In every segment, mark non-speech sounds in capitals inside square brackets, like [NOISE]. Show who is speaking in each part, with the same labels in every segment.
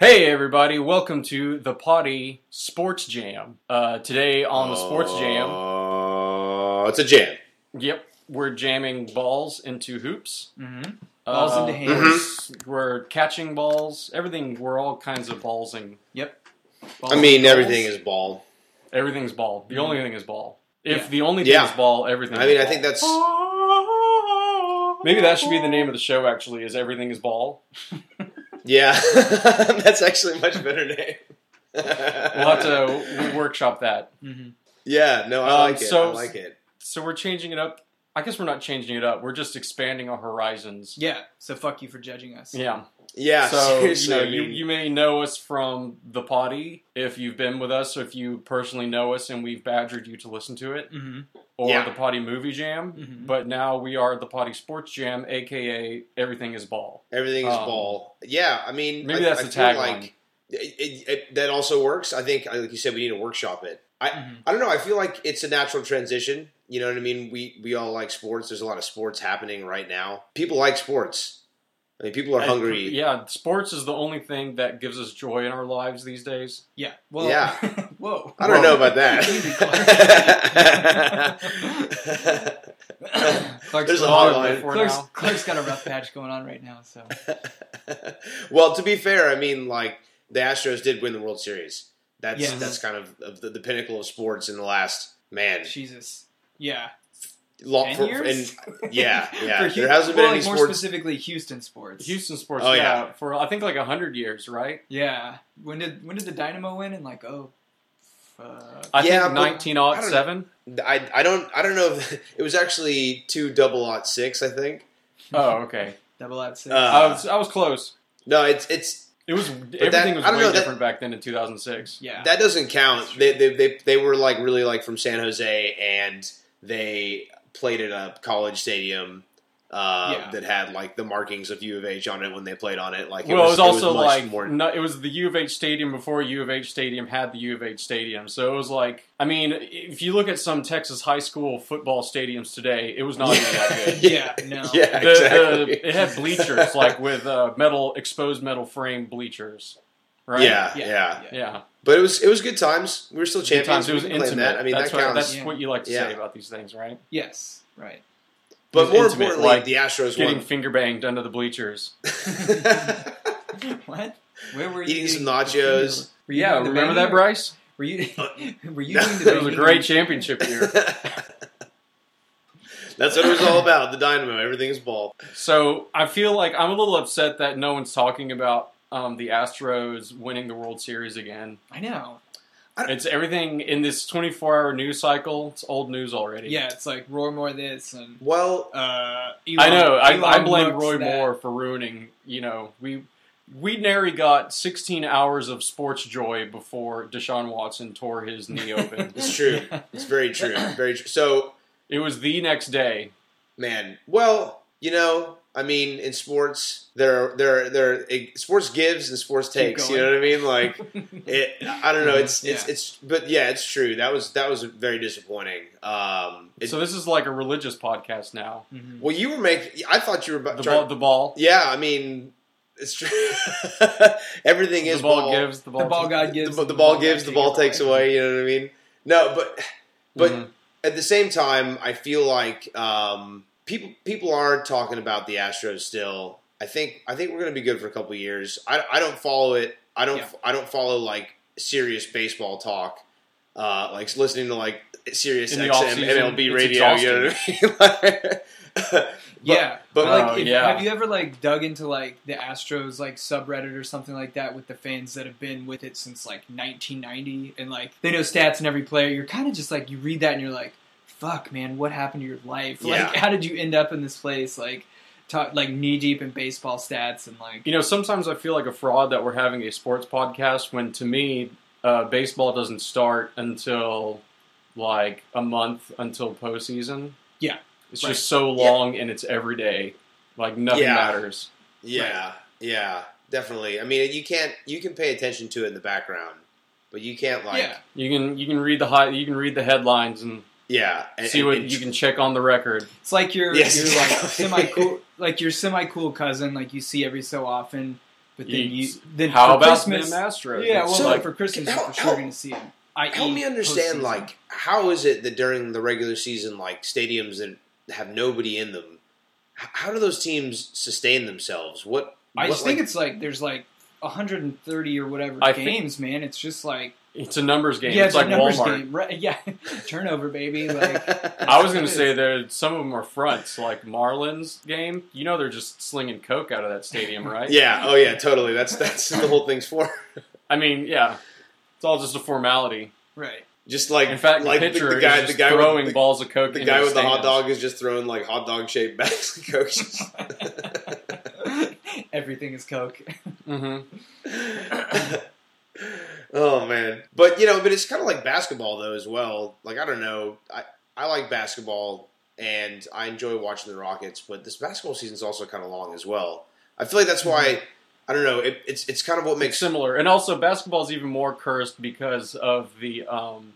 Speaker 1: everybody. Welcome to the Potty Sports Jam. Uh, today on the Sports Jam,
Speaker 2: Uh, it's a jam.
Speaker 1: yep, we're jamming balls into hoops.
Speaker 3: Mm-hmm. Balls into hands.
Speaker 2: Mm-hmm.
Speaker 1: We're, we're catching balls. Everything. We're all kinds of ballsing.
Speaker 3: Yep.
Speaker 1: Oh,
Speaker 2: I mean, everything is ball.
Speaker 1: Everything's ball. The
Speaker 3: Mhm.
Speaker 1: only thing is ball. If
Speaker 3: Yeah.
Speaker 1: the only thing
Speaker 2: Yeah.
Speaker 1: is ball, everything.
Speaker 2: I
Speaker 1: is
Speaker 2: mean, I
Speaker 1: ball.
Speaker 2: think that's
Speaker 1: maybe that should be the name of the show. Actually, is everything is ball.
Speaker 2: yeah. [LAUGHS] that's actually a much better name. we'll
Speaker 1: We'll have
Speaker 2: [LAUGHS]
Speaker 1: to we workshop that.
Speaker 3: hmm
Speaker 2: Yeah, no, I
Speaker 1: Um,
Speaker 2: like it.
Speaker 1: so-
Speaker 2: I like it.
Speaker 1: So we're changing it up. I guess we're not changing it up. We're just expanding our horizons.
Speaker 3: Yeah. So fuck you for judging us.
Speaker 1: Yeah.
Speaker 2: Yeah,
Speaker 1: so you,
Speaker 2: seriously.
Speaker 1: know,
Speaker 2: I mean,
Speaker 1: you, you may know us from the potty if you've been with us, or if you personally know us and we've badgered you to listen to it,
Speaker 3: hmm
Speaker 1: or
Speaker 2: Yeah.
Speaker 1: the potty movie jam.
Speaker 3: Mhm.
Speaker 1: But now we are the potty sports jam, aka everything is ball.
Speaker 2: everything is
Speaker 1: um,
Speaker 2: ball. Yeah, I mean,
Speaker 1: Maybe
Speaker 2: I,
Speaker 1: that's
Speaker 2: I
Speaker 1: the
Speaker 2: feel
Speaker 1: tagline.
Speaker 2: Like it, it, it, that also works. I think, like you said, we need to workshop it. I,
Speaker 1: Mm-hmm.
Speaker 3: Mhm.
Speaker 2: I don't know. I feel like it's a natural transition. You know what I mean? We we all like sports. There's a lot of sports happening right now. People like sports. I mean, people are
Speaker 1: I-
Speaker 2: hungry.
Speaker 1: yeah, sports is the only thing that gives us joy in our lives these days.
Speaker 3: Yeah. Well.
Speaker 2: Yeah. [COUGHS]
Speaker 3: [LAUGHS] whoa. [COUGHS]
Speaker 2: I don't know about
Speaker 3: that.
Speaker 2: that.
Speaker 3: Clark's,
Speaker 2: There's a
Speaker 1: All
Speaker 2: hotline.
Speaker 1: before
Speaker 3: Clark's,
Speaker 1: now.
Speaker 3: Clark's got a
Speaker 2: [LAUGHS]
Speaker 3: rough patch going on right now. So.
Speaker 2: well, to be fair, I mean, like the Astros did win the World Series. That's
Speaker 3: Yes.
Speaker 2: that's kind of, of the, the pinnacle of sports in the last man.
Speaker 3: Jesus. Yeah.
Speaker 2: Lo-
Speaker 3: Ten
Speaker 2: for-
Speaker 3: years.
Speaker 2: and- yeah, yeah.
Speaker 3: [LAUGHS] For
Speaker 2: There
Speaker 3: Hu-
Speaker 2: hasn't been
Speaker 3: well,
Speaker 2: any
Speaker 3: like, more
Speaker 2: sports-
Speaker 3: specifically Houston sports.
Speaker 1: Houston sports,
Speaker 2: Oh,
Speaker 1: yeah.
Speaker 2: yeah.
Speaker 1: for I think like hundred years, right?
Speaker 3: Yeah. When did when did the Dynamo win? And like oh. Fuck.
Speaker 1: I
Speaker 2: Yeah,
Speaker 1: think
Speaker 2: but-
Speaker 1: nineteen odd
Speaker 2: I don't
Speaker 1: seven.
Speaker 2: I, I don't I don't know if [LAUGHS] it was actually two double ought six I think
Speaker 1: Oh, okay.
Speaker 3: Double out six.
Speaker 2: Uh,
Speaker 1: I was I was close.
Speaker 2: no it's it's
Speaker 1: It was everything
Speaker 2: that-
Speaker 1: was
Speaker 2: I don't
Speaker 1: way
Speaker 2: know, that-
Speaker 1: different back then in two thousand six.
Speaker 3: yeah.
Speaker 2: that doesn't count they, they, they, they were like really like from San Jose and they played at a college stadium uh,
Speaker 3: Yeah.
Speaker 2: that had like the markings of U of H on it when they played on it like
Speaker 1: well, it was, also
Speaker 2: much
Speaker 1: like
Speaker 2: more
Speaker 1: no, it was the U of H stadium before U of H stadium had the U of H stadium. So it was like, I mean, if you look at some Texas high school football stadiums today, it was not even
Speaker 2: [LAUGHS]
Speaker 1: that good.
Speaker 3: Yeah, no.
Speaker 2: [LAUGHS] yeah
Speaker 1: The- the-
Speaker 2: exactly
Speaker 1: it had bleachers like with uh, metal exposed metal frame bleachers, right?
Speaker 2: yeah, yeah
Speaker 3: Yeah,
Speaker 1: yeah.
Speaker 2: but it was it was good times we were still
Speaker 1: Good
Speaker 2: champions
Speaker 1: times. It
Speaker 2: we
Speaker 1: was
Speaker 2: can
Speaker 1: intimate.
Speaker 2: claim that I mean
Speaker 1: that's
Speaker 2: that
Speaker 1: what,
Speaker 2: counts
Speaker 1: That's
Speaker 3: Yeah.
Speaker 1: what you like to say
Speaker 2: Yeah.
Speaker 1: about these things, right?
Speaker 3: Yes. Right.
Speaker 1: it
Speaker 2: but
Speaker 1: was
Speaker 2: more
Speaker 1: intimate,
Speaker 2: importantly
Speaker 1: like,
Speaker 2: the Astros
Speaker 1: Getting
Speaker 2: won
Speaker 1: finger banged under the bleachers.
Speaker 3: What? Where were you
Speaker 2: Eating some nachos.
Speaker 3: Were you
Speaker 1: yeah,
Speaker 3: doing the
Speaker 1: remember that,
Speaker 3: banging?
Speaker 2: [LAUGHS]
Speaker 1: Bryce?
Speaker 3: Were you? [LAUGHS] were you
Speaker 2: No.
Speaker 3: doing the?
Speaker 1: That was a
Speaker 3: banging?
Speaker 1: great championship year.
Speaker 2: [LAUGHS] That's what it was all about. The dynamo, everything's ball.
Speaker 1: So I feel like I'm a little upset that no one's talking about um, the Astros winning the World Series again.
Speaker 3: I know.
Speaker 1: It's everything in this 24 hour news cycle. It's old news already.
Speaker 3: Yeah, it's like roar more this and
Speaker 2: Well,
Speaker 3: uh. Elon,
Speaker 1: I know.
Speaker 3: Elon
Speaker 1: I, I blame
Speaker 3: Musk's
Speaker 1: Roy
Speaker 3: that.
Speaker 1: Moore for ruining. You know, we we nary got 16 hours of sports joy before Deshaun Watson tore his
Speaker 3: [LAUGHS]
Speaker 1: knee open.
Speaker 2: it's true. It's very true. Very true. So,
Speaker 1: It was the next day.
Speaker 2: man. Well, you know, I mean, in sports, there, there, there. It, sports gives and sports
Speaker 3: Keep
Speaker 2: takes. You
Speaker 3: going.
Speaker 2: know what I mean? Like,
Speaker 1: [LAUGHS]
Speaker 2: it. I don't know. It's, it's,
Speaker 3: Yeah.
Speaker 2: it's. But yeah, it's true. That was, that was very disappointing. Um. it-
Speaker 1: so this is like a religious podcast now.
Speaker 3: Mhm.
Speaker 2: well, you were making. I thought you were about.
Speaker 1: The
Speaker 2: trying-
Speaker 1: ball, the ball,
Speaker 2: yeah, I mean, it's true. [LAUGHS] Everything
Speaker 1: the
Speaker 2: is
Speaker 1: ball, gives, the ball,
Speaker 3: The ball god gives.
Speaker 2: the, the ball gives,
Speaker 3: God
Speaker 2: the ball takes away. You know what I mean? No, but but
Speaker 1: Mhm.
Speaker 2: at the same time, I feel like um, people people are talking about the Astros still. I think I think we're going to be good for a couple of years. I, I don't follow it. I don't
Speaker 3: Yeah.
Speaker 2: I don't follow like serious baseball talk. Uh, like listening to like serious
Speaker 1: In the
Speaker 2: XM,
Speaker 1: off-season,
Speaker 2: MLB
Speaker 1: it's
Speaker 2: radio. You know what I mean? [LAUGHS] But-
Speaker 3: Yeah,
Speaker 2: but
Speaker 3: but
Speaker 1: Oh,
Speaker 3: like, if,
Speaker 1: yeah.
Speaker 3: have you ever like dug into like the Astros like subreddit or something like that with the fans that have been with it since like 1990 and like they know stats in every player? You're kind of just like you read that and you're like, "Fuck, man, what happened to your life? Like,
Speaker 2: Yeah.
Speaker 3: how did you end up in this place? Like, ta like knee deep in baseball stats and like,
Speaker 1: You know, sometimes I feel like a fraud that we're having a sports podcast when, to me, uh, baseball doesn't start until like a month until postseason.
Speaker 3: Yeah.
Speaker 1: it's
Speaker 3: Right.
Speaker 1: just so
Speaker 2: Yeah.
Speaker 1: long and it's every day. Like nothing
Speaker 2: Yeah.
Speaker 1: matters.
Speaker 2: Yeah, yeah, definitely. I mean, you can't you can pay attention to it in the background, but you can't like
Speaker 3: yeah,
Speaker 2: yeah,
Speaker 1: You can you can read the high, you can read the headlines and
Speaker 2: and-
Speaker 1: see
Speaker 2: and-
Speaker 1: what
Speaker 2: and
Speaker 1: you can check on the record.
Speaker 3: it's like your
Speaker 2: Yes,
Speaker 3: your like
Speaker 2: exactly.
Speaker 3: semi cool like your semi cool cousin like you see every so often, but but then you
Speaker 1: Yeats.
Speaker 3: then
Speaker 1: How
Speaker 3: for
Speaker 1: about
Speaker 3: Christmas,
Speaker 1: them Astros?
Speaker 3: yeah, well,
Speaker 2: So,
Speaker 3: like, for Christmas,
Speaker 2: how-
Speaker 3: you're for sure
Speaker 2: how-
Speaker 3: going to see him. I
Speaker 2: Help me understand, like, how is it that during the regular season, like stadiums that have nobody in them, h- how do those teams sustain themselves? What
Speaker 3: I
Speaker 2: what,
Speaker 3: just think
Speaker 2: like-
Speaker 3: it's like there's like 130 or whatever
Speaker 1: I think-
Speaker 3: games, man. It's just like
Speaker 1: it's a numbers game.
Speaker 3: yeah,
Speaker 1: it's like
Speaker 3: a numbers
Speaker 1: Walmart.
Speaker 3: game, right? [LAUGHS] Yeah, turnover,
Speaker 1: [LAUGHS]
Speaker 3: baby.
Speaker 2: [LAUGHS]
Speaker 3: Like
Speaker 1: I was going
Speaker 3: It
Speaker 1: to
Speaker 3: is.
Speaker 1: say that some of them are fronts, like Marlins game. You know, they're just slinging coke out of that stadium, right?
Speaker 2: yeah, oh yeah, totally. That's that's what the whole thing's for. [LAUGHS]
Speaker 1: I mean, yeah, it's all just a formality.
Speaker 3: right.
Speaker 2: Just like
Speaker 1: In fact,
Speaker 2: like
Speaker 1: the pitcher
Speaker 2: the guy,
Speaker 1: is
Speaker 2: the
Speaker 1: just
Speaker 2: guy
Speaker 1: throwing
Speaker 2: with the,
Speaker 1: balls of coke.
Speaker 2: the
Speaker 1: into
Speaker 2: guy with the hot
Speaker 1: stadiums.
Speaker 2: dog is just throwing like hot dog shaped [LAUGHS] bags of coaches.
Speaker 1: [LAUGHS]
Speaker 3: [LAUGHS] Everything is coke.
Speaker 1: Mhm.
Speaker 2: [COUGHS] oh man, but you know, but it's kind of like basketball though as well. Like I don't know, I I like basketball and I enjoy watching the Rockets, but this basketball season's also kind of long as well. I feel like that's why I don't know. It, it's it's kind of what
Speaker 1: Mm-hmm. It's
Speaker 2: makes
Speaker 1: similar, and also basketball is even more cursed because of the um,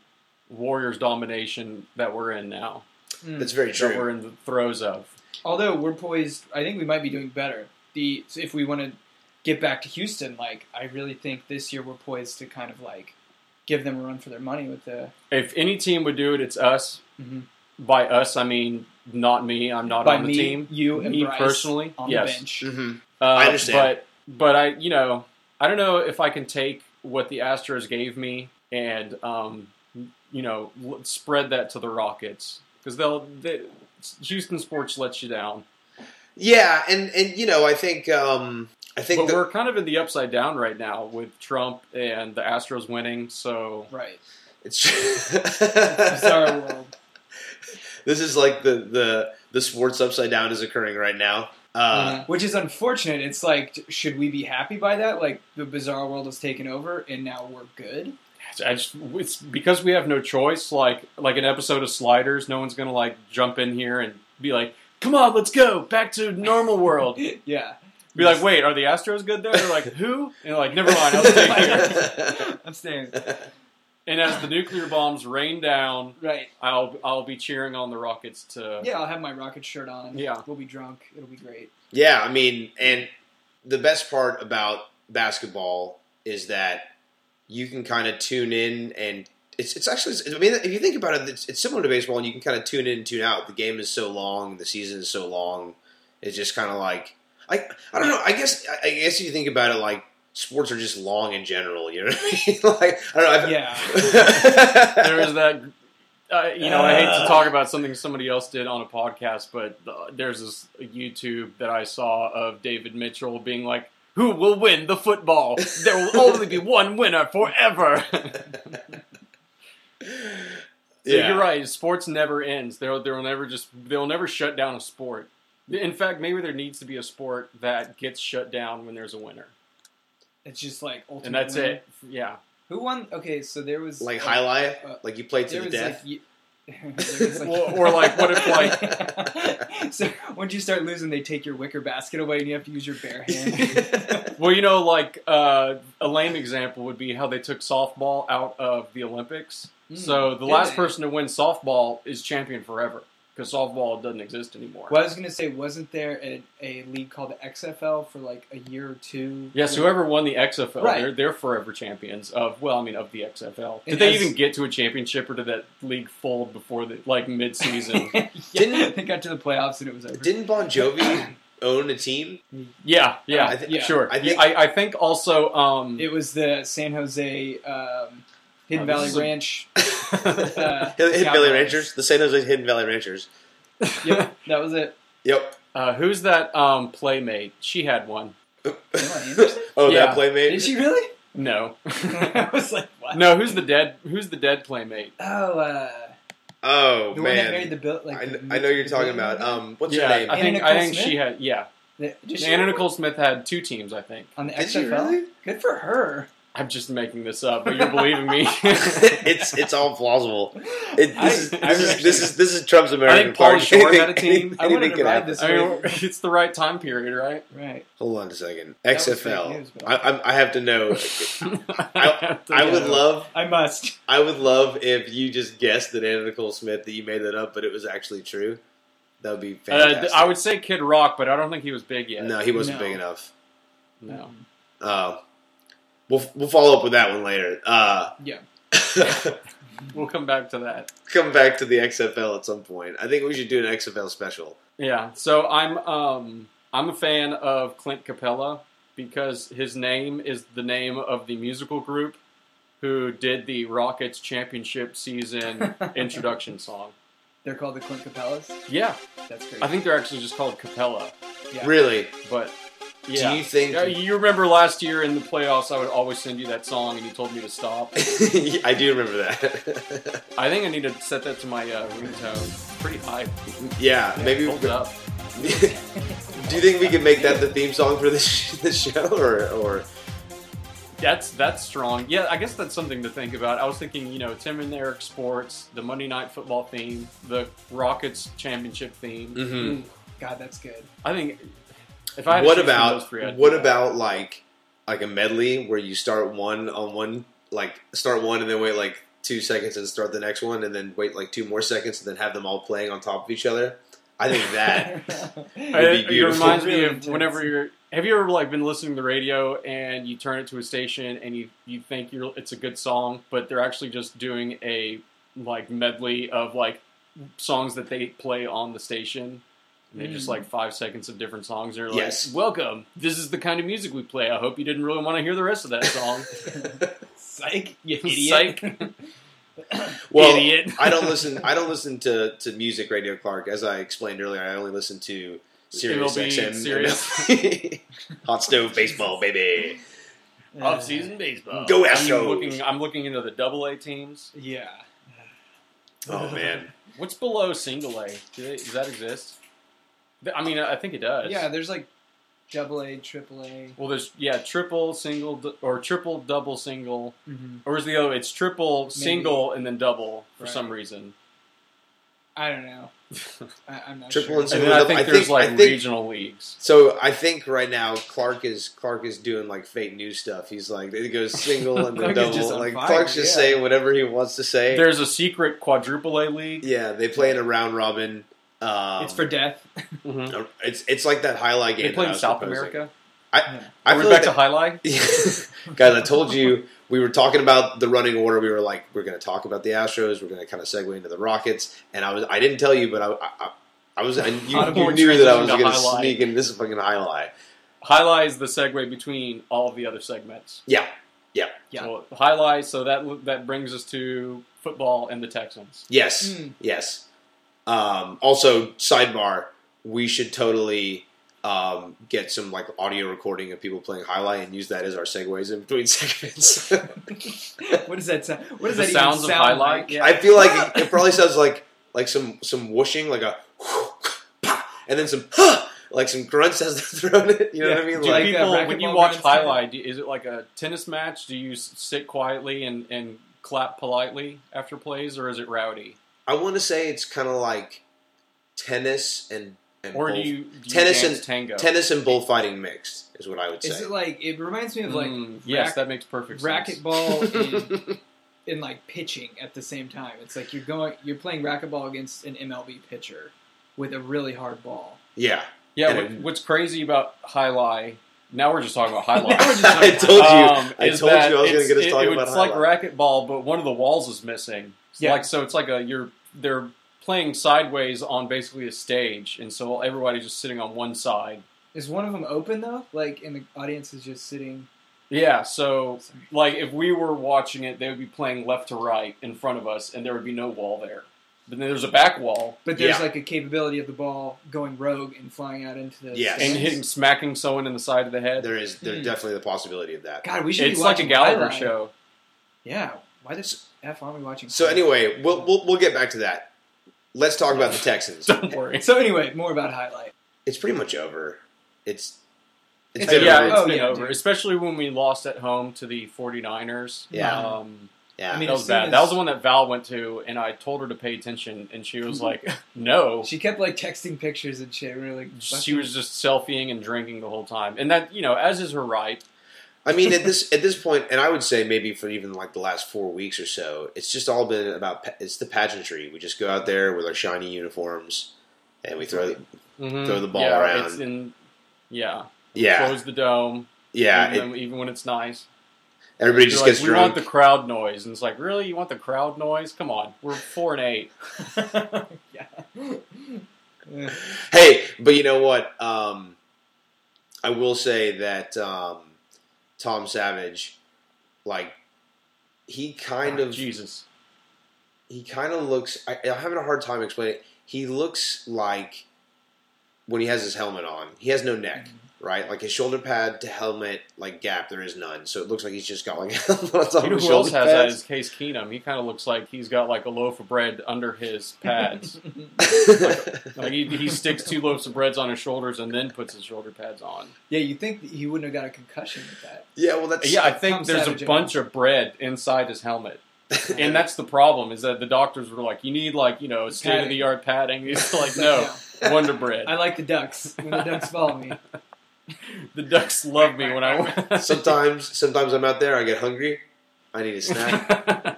Speaker 1: Warriors domination that we're in now,
Speaker 3: Mm.
Speaker 2: that's very
Speaker 1: that
Speaker 2: true.
Speaker 1: we're in the throes of.
Speaker 3: Although we're poised, I think we might be doing better. The so if we want to get back to Houston, like I really think this year we're poised to kind of like give them a run for their money with the
Speaker 1: If any team would do it, it's us.
Speaker 3: Mhm.
Speaker 1: By us, I mean not me. I'm not
Speaker 3: by
Speaker 1: on the
Speaker 3: me,
Speaker 1: team.
Speaker 3: you, and
Speaker 1: Me
Speaker 3: Bryce
Speaker 1: personally,
Speaker 3: on
Speaker 1: yes.
Speaker 3: the bench.
Speaker 2: Mhm.
Speaker 1: Uh,
Speaker 2: I understand.
Speaker 1: But but I you know I don't know if I can take what the Astros gave me and um, you know l- spread that to the Rockets because they'll they, Houston sports lets you down.
Speaker 2: Yeah, and and you know, I think um I
Speaker 1: But
Speaker 2: think the,
Speaker 1: we're kind of in the upside down right now with Trump and the Astros winning. So
Speaker 3: Right,
Speaker 2: it's [LAUGHS]
Speaker 3: bizarre world.
Speaker 2: this is like the the the sports upside down is occurring right now. Uh,
Speaker 1: Mm-hmm.
Speaker 3: Mhm. Which is unfortunate. It's like, should we be happy by that? Like the bizarre world has taken over, and now we're good. [LAUGHS]
Speaker 1: I just, it's because we have no choice. Like like an episode of Sliders, no one's gonna like jump in here and be like. Come on, let's go back to normal world.
Speaker 3: yeah,
Speaker 1: Be like, wait, are the Astros good there? They're like, who? And they're like, never mind, I'll stay here.
Speaker 2: [LAUGHS]
Speaker 3: I'm staying.
Speaker 1: And as the nuclear bombs rain down,
Speaker 3: Right.
Speaker 1: I'll I'll be cheering on the Rockets to.
Speaker 3: Yeah, I'll have my rocket shirt on.
Speaker 1: Uh, Yeah.
Speaker 3: we'll be drunk. It'll be great.
Speaker 2: Yeah, I mean, and the best part about basketball is that you can kind of tune in and it's it's actually I mean, if you think about it, it's, it's similar to baseball, and you can kind of tune in and tune out. The game is so long, the season is so long. It's just kind of like I I don't know. I guess I I guess if you think about it, like sports are just long in general. You know what I mean? [LAUGHS] like I don't know.
Speaker 1: Uh,
Speaker 2: I've-
Speaker 3: Yeah.
Speaker 2: [LAUGHS]
Speaker 1: There is that. Uh, you know, I hate to talk about something somebody else did on a podcast, but uh, there's this YouTube that I saw of David Mitchell being like, "Who will win the football? There will only be one winner forever." [LAUGHS] so You're right. Sports never ends. There, there will never just they'll never shut down a sport. In fact, maybe there needs to be a sport that gets shut down when there's a winner,
Speaker 3: It's just like ultimate.
Speaker 1: and that's
Speaker 3: winner.
Speaker 1: it. Yeah.
Speaker 3: Who won? Okay, so there was
Speaker 2: Like highlight,
Speaker 3: Uh,
Speaker 2: like you play to
Speaker 3: There
Speaker 2: the
Speaker 3: was
Speaker 2: death.
Speaker 3: like, you, [LAUGHS] there was like
Speaker 1: Or- or like, what if,
Speaker 3: like? [LAUGHS] so once you start losing, they take your wicker basket away, and you have to use your bare hand. [LAUGHS]
Speaker 1: Well, you know, like uh, a lame example would be how they took softball out of the Olympics.
Speaker 3: Mm,
Speaker 1: so the
Speaker 3: did
Speaker 1: last
Speaker 3: they?
Speaker 1: person to win softball is champion forever because softball doesn't exist anymore.
Speaker 3: Well, I was gonna say, wasn't there a, a league called the XFL for like a year or two?
Speaker 1: Yes,
Speaker 3: Like,
Speaker 1: whoever won the XFL,
Speaker 3: Right.
Speaker 1: they're they're forever champions of. Well, I mean, of the XFL. Did
Speaker 3: And
Speaker 1: they
Speaker 3: as-
Speaker 1: even get to a championship, or did that league fold before the like mid season?
Speaker 3: [LAUGHS] yeah,
Speaker 2: Didn't-
Speaker 3: they got to the playoffs and it was
Speaker 2: [LAUGHS]
Speaker 3: over?
Speaker 2: Didn't
Speaker 1: [LAUGHS]
Speaker 2: Bon Jovi own a team?
Speaker 1: yeah, yeah,
Speaker 2: I thi-
Speaker 3: yeah.
Speaker 1: sure.
Speaker 2: I
Speaker 1: I
Speaker 2: think-
Speaker 1: think, I, I think also. Um,
Speaker 3: It was the San Jose um, Hidden
Speaker 1: Oh, this
Speaker 3: Valley
Speaker 1: is a-
Speaker 3: Ranch. [LAUGHS]
Speaker 2: Hidden,
Speaker 3: Uh,
Speaker 2: Hidden Valley
Speaker 3: Cowboys.
Speaker 2: Ranchers, the San Jose Hidden Valley Ranchers. [LAUGHS]
Speaker 3: yep, that was it.
Speaker 2: Yep.
Speaker 1: uh, who's that um, playmate? She had one.
Speaker 3: Anderson?
Speaker 2: [LAUGHS] oh,
Speaker 1: Yeah.
Speaker 2: that playmate.
Speaker 3: Did she really? [LAUGHS]
Speaker 1: No, [LAUGHS]
Speaker 3: I was like, what?
Speaker 1: no. Who's the dead? Who's the dead playmate?
Speaker 3: Oh, uh,
Speaker 2: Oh
Speaker 3: the one that married
Speaker 2: man,
Speaker 3: the bill. Like,
Speaker 2: I,
Speaker 3: the-
Speaker 2: kn- I know you're
Speaker 3: the
Speaker 2: talking
Speaker 3: Bill-
Speaker 2: about. Um, what's
Speaker 1: yeah,
Speaker 2: her name?
Speaker 1: I
Speaker 3: Anna
Speaker 1: think I
Speaker 3: Nicole
Speaker 1: think she
Speaker 3: Smith?
Speaker 1: had yeah.
Speaker 3: The- did she
Speaker 1: Anna
Speaker 3: ever-
Speaker 1: Nicole Smith had two teams, I think.
Speaker 3: on the
Speaker 2: Did she
Speaker 3: XFL.
Speaker 2: really?
Speaker 3: Good for her.
Speaker 1: I'm just making this up, but you're believing me.
Speaker 2: [LAUGHS]
Speaker 1: [LAUGHS]
Speaker 2: [LAUGHS] it's it's all plausible. It,
Speaker 1: I
Speaker 2: this,
Speaker 3: I-
Speaker 2: is, this,
Speaker 1: actually-
Speaker 2: is, this is this is Trump's American
Speaker 1: I think Paul
Speaker 2: Party.
Speaker 1: Shore had a
Speaker 2: [LAUGHS] Anything-
Speaker 1: team.
Speaker 3: I wanted
Speaker 2: anything
Speaker 3: to
Speaker 2: can
Speaker 3: ride
Speaker 2: happen.
Speaker 3: this
Speaker 1: I mean, it's the right time period, right?
Speaker 3: Right.
Speaker 2: Hold on a second.
Speaker 3: That was fake
Speaker 2: XFL.
Speaker 3: news, but-
Speaker 2: I, I, I have to know.
Speaker 1: [LAUGHS]
Speaker 2: I would
Speaker 1: Uh,
Speaker 2: love.
Speaker 3: I must.
Speaker 2: I would love if you just guessed that Anna Nicole Smith that you made that up, but it was actually true. That would be
Speaker 1: Uh,
Speaker 2: fantastic.
Speaker 1: I would say Kid Rock, but I don't think he was big yet.
Speaker 2: No, he wasn't
Speaker 3: No.
Speaker 2: big enough.
Speaker 1: No.
Speaker 2: Uh, Uh, we'll we'll follow up with that one later. Uh,
Speaker 3: [LAUGHS]
Speaker 2: [LAUGHS]
Speaker 3: Yeah.
Speaker 1: We'll come back to that.
Speaker 2: come back to the XFL at some point. I think we should do an XFL special.
Speaker 1: Yeah. So I'm um I'm a fan of Clint Capella because his name is the name of the musical group who did the Rockets championship season introduction song.
Speaker 3: They're called the Clint Capellas.
Speaker 1: Yeah.
Speaker 3: That's great.
Speaker 1: I think they're actually just called Capella,
Speaker 3: Yeah.
Speaker 2: Really?
Speaker 1: but yeah.
Speaker 2: Do you think?
Speaker 1: Yeah, you remember last year in the playoffs, I would always send you that song, and you told me to stop.
Speaker 2: [LAUGHS] I do remember that. [LAUGHS]
Speaker 1: I think I need to set that to my uh, ringtone. Pretty high.
Speaker 2: yeah, maybe.
Speaker 1: Hold it up.
Speaker 2: [LAUGHS] do you think we could make that the theme song for this [LAUGHS] this show, or or
Speaker 1: That's that's strong. Yeah, I guess that's something to think about. I was thinking, you know, Tim and Eric sports, the Monday Night Football theme, the Rockets championship theme.
Speaker 2: Mhm.
Speaker 3: Hmm. God, that's good.
Speaker 1: I think if I had to
Speaker 2: what
Speaker 1: choose from
Speaker 2: about
Speaker 1: those three, I'd
Speaker 2: what
Speaker 1: do that.
Speaker 2: about like like a medley where you start one on one like start one and then wait like two seconds and start the next one and then wait like two more seconds and then have them all playing on top of each other? I think that
Speaker 1: I-
Speaker 2: [LAUGHS] would be
Speaker 1: It
Speaker 2: beautiful.
Speaker 1: reminds me
Speaker 3: Really
Speaker 1: of
Speaker 3: intense.
Speaker 1: whenever you're. Have you ever like been listening to the radio and you turn it to a station and you you think you're it's a good song, but they're actually just doing a like medley of like songs that they play on the station. And they just
Speaker 3: Mm.
Speaker 1: like five seconds of different songs. And you're
Speaker 2: Yes.
Speaker 1: like, "Welcome. This is the kind of music we play. I hope you didn't really want to hear the rest of that song."
Speaker 3: [LAUGHS] Psych, you
Speaker 1: Psych.
Speaker 2: well,
Speaker 1: Idiot.
Speaker 2: I don't listen. I don't listen to, to music, Radio Clark. As I explained earlier, I only listen to Sirius
Speaker 1: MLB,
Speaker 2: XM,
Speaker 1: Sirius.
Speaker 2: MLB. [LAUGHS] Hot Stove Baseball, baby.
Speaker 1: Off-season baseball.
Speaker 2: Go
Speaker 1: I'm
Speaker 2: Astros.
Speaker 1: looking, I'm looking into the double A teams.
Speaker 3: Yeah.
Speaker 2: Oh man,
Speaker 1: What's below single A? Do they, does that exist? Th- I mean, I think it does.
Speaker 3: Yeah, there's like double A, triple A.
Speaker 1: Well, there's yeah, triple single d- or triple double single, or is the other? It's triple single and then double for
Speaker 3: Right.
Speaker 1: some reason.
Speaker 3: I don't know. I, I'm not
Speaker 2: Triple and
Speaker 3: sure.
Speaker 1: And
Speaker 2: Single
Speaker 1: then I
Speaker 2: double-
Speaker 1: think
Speaker 2: I
Speaker 1: there's
Speaker 2: think-
Speaker 1: like
Speaker 2: I think-
Speaker 1: regional leagues.
Speaker 2: So I think right now Clark is Clark is doing like fake news stuff. He's like it goes single and then
Speaker 3: Clark is just
Speaker 2: double. Like
Speaker 3: on fire,
Speaker 2: Clark's just
Speaker 3: yeah.
Speaker 2: saying whatever he wants to say.
Speaker 1: There's a secret quadruple A league.
Speaker 2: yeah, they play in a round robin. Um,
Speaker 3: it's for death. [LAUGHS]
Speaker 1: Mhm.
Speaker 2: it's it's like that highlight game.
Speaker 1: They play
Speaker 2: that I
Speaker 1: in
Speaker 2: was
Speaker 1: South
Speaker 2: proposing.
Speaker 1: America.
Speaker 2: I
Speaker 1: We're back
Speaker 2: feel like
Speaker 1: to
Speaker 2: that, [LAUGHS]
Speaker 1: High Line.
Speaker 2: guys. I told you we were talking about the running order. We were like we're going to talk about the Astros. We're going to kind of segue into the Rockets. And I was I didn't tell you, but I I, I- I was I, you, you
Speaker 1: Audible
Speaker 2: knew that I
Speaker 1: transition
Speaker 2: was
Speaker 1: to
Speaker 2: going to
Speaker 1: highlight.
Speaker 2: sneak in. This is fucking highlight.
Speaker 1: High Line is the segue between all of the other segments.
Speaker 2: Yeah,
Speaker 3: Yeah.
Speaker 1: Well, High Line. So that that brings us to football and the Texans.
Speaker 2: Yes.
Speaker 3: Mm.
Speaker 2: Yes. Um, also, sidebar: we should totally um, get some like audio recording of people playing highlight and use that as our segues in between [LAUGHS] segments.
Speaker 3: what does that sound? What does
Speaker 1: The
Speaker 3: that
Speaker 1: sounds of
Speaker 3: even sound
Speaker 1: highlight?
Speaker 3: like? Yeah. Ah!
Speaker 2: I feel like it, it probably sounds like like some some whooshing, like a [LAUGHS] and then some [LAUGHS] like some grunts as they're thrown it. You know what I mean?
Speaker 1: Do
Speaker 2: Like,
Speaker 3: uh,
Speaker 1: people, when you
Speaker 3: racquetball
Speaker 1: watch
Speaker 3: guys do?
Speaker 1: highlight, do- is it like a tennis match? Do you s- sit quietly and, and clap politely after plays, or is it rowdy?
Speaker 2: I want to say it's kind of like tennis and and
Speaker 1: Or do
Speaker 2: bull-
Speaker 1: you, do you
Speaker 2: Tennis
Speaker 1: dance
Speaker 2: and-
Speaker 1: tango?
Speaker 2: tennis and bullfighting mixed is what I would
Speaker 3: Is
Speaker 2: say.
Speaker 3: it like it reminds me of like
Speaker 1: Mm, yes, that makes perfect sense.
Speaker 3: racquetball and, and like pitching at the same time. It's like you're going, you're playing racquetball against an MLB pitcher with a really hard ball.
Speaker 2: yeah.
Speaker 1: Yeah,
Speaker 2: and
Speaker 1: what-
Speaker 2: it-
Speaker 1: what's crazy about high lie? Now we're just talking about
Speaker 2: [LAUGHS]
Speaker 1: high
Speaker 3: Now we're
Speaker 1: lie.
Speaker 3: just
Speaker 2: I
Speaker 3: talking-
Speaker 2: told you.
Speaker 1: Um,
Speaker 2: I
Speaker 1: is
Speaker 2: told you I
Speaker 1: that
Speaker 2: was going
Speaker 1: it's-
Speaker 2: to get us
Speaker 1: it-
Speaker 2: talking
Speaker 1: it-
Speaker 2: about
Speaker 1: It's
Speaker 2: high
Speaker 1: like
Speaker 2: line.
Speaker 1: racquetball, but one of the walls is missing. It's
Speaker 3: Yeah.
Speaker 1: Like so, it's like a you're they're playing sideways on basically a stage, and so everybody's just sitting on one side.
Speaker 3: Is one of them open though? Like, and the audience is just sitting.
Speaker 1: Yeah, so
Speaker 3: Sorry.
Speaker 1: like if we were watching it, they would be playing left to right in front of us, and there would be no wall there. But then there's a back wall
Speaker 3: But there's
Speaker 2: Yeah.
Speaker 3: like a capability of the ball going rogue and flying out into the
Speaker 1: and
Speaker 2: Yes.
Speaker 3: stands.
Speaker 1: hitting, smacking someone in the side of the head.
Speaker 2: There is there's
Speaker 3: Hmm.
Speaker 2: definitely the possibility of that.
Speaker 3: God, we should
Speaker 1: It's
Speaker 3: be
Speaker 1: like a
Speaker 3: watching
Speaker 1: Gallagher
Speaker 3: highlight. [LAUGHS]
Speaker 1: show.
Speaker 3: Yeah, why the f aren't we watching?
Speaker 2: So
Speaker 3: highlight?
Speaker 2: anyway, we'll we'll, we'll get back to that. Let's talk about the
Speaker 1: [LAUGHS]
Speaker 2: Texans.
Speaker 1: Don't worry.
Speaker 3: [LAUGHS] so anyway, more about highlight.
Speaker 2: It's pretty much over. It's it's,
Speaker 3: It's
Speaker 2: been
Speaker 1: yeah,
Speaker 2: over.
Speaker 1: it's
Speaker 3: Oh,
Speaker 1: been
Speaker 3: yeah,
Speaker 1: over.
Speaker 3: dude.
Speaker 1: Especially when we lost at home to the 49ers.
Speaker 2: Yeah.
Speaker 1: Um,
Speaker 2: yeah.
Speaker 3: I
Speaker 1: that
Speaker 3: mean,
Speaker 1: was
Speaker 3: as
Speaker 1: bad.
Speaker 3: soon
Speaker 1: That
Speaker 3: as-
Speaker 1: was the one that Val went to, and I told her to pay attention, and she was
Speaker 3: [LAUGHS]
Speaker 1: like, [LAUGHS] no.
Speaker 3: Um, She kept like texting pictures and shit. We were like,
Speaker 1: She
Speaker 3: fucking-
Speaker 1: was just selfieing and drinking the whole time. And that, you know, as is her right.
Speaker 2: I mean, at this at this point, and I would say maybe for even like the last four weeks or so, it's just all been about pa- it's the pageantry. We just go out there with our shiny uniforms and we throw.
Speaker 1: Mhm.
Speaker 3: Mm-hmm.
Speaker 2: Throw the ball
Speaker 1: yeah,
Speaker 2: around.
Speaker 1: It's in, yeah.
Speaker 2: Yeah,
Speaker 1: Close the dome.
Speaker 2: Yeah,
Speaker 1: even,
Speaker 2: it-
Speaker 1: when- even when it's nice.
Speaker 2: everybody
Speaker 1: They're
Speaker 2: just
Speaker 1: like,
Speaker 2: gets
Speaker 1: we want
Speaker 2: drunk.
Speaker 1: the crowd noise, and it's like, really, you want the crowd noise? Come on, we're four and eight.
Speaker 3: [LAUGHS] yeah.
Speaker 2: hey, but you know what? Um, I will say that um, Tom Savage, like, he kind
Speaker 1: Ah,
Speaker 2: of
Speaker 1: Jesus.
Speaker 2: he kind of looks. I, I'm having a hard time explaining. It. He looks like when he has his helmet on, he has no neck,
Speaker 1: Mm-hmm.
Speaker 2: right? Like his shoulder pad to helmet like gap, there is none. So it looks like he's just got like [LAUGHS] on top
Speaker 1: You
Speaker 2: of
Speaker 1: know
Speaker 2: his
Speaker 1: who else
Speaker 2: shoulder
Speaker 1: has that
Speaker 2: pads.
Speaker 1: is Case Keenum. He kind of looks like he's got like a loaf of bread under
Speaker 2: [LAUGHS]
Speaker 1: his pads. like he, he sticks two loaves of breads on his shoulders and then puts his shoulder pads on.
Speaker 3: [LAUGHS] yeah, you think that he wouldn't have got a concussion with that?
Speaker 2: yeah, well, that's
Speaker 1: Yeah, I think
Speaker 3: Tom
Speaker 1: there's
Speaker 3: Savage,
Speaker 1: a
Speaker 3: yeah.
Speaker 1: bunch of bread inside his helmet. And
Speaker 2: [LAUGHS]
Speaker 1: that's the problem is that the doctors were like, you need like, you know, state of the art padding. [LAUGHS] He's like, no, Wonder Bread.
Speaker 3: I like the ducks when the ducks follow me.
Speaker 1: The ducks love me when
Speaker 2: [LAUGHS]
Speaker 1: I
Speaker 2: sometimes sometimes I'm out there, I get hungry, I need a snack. I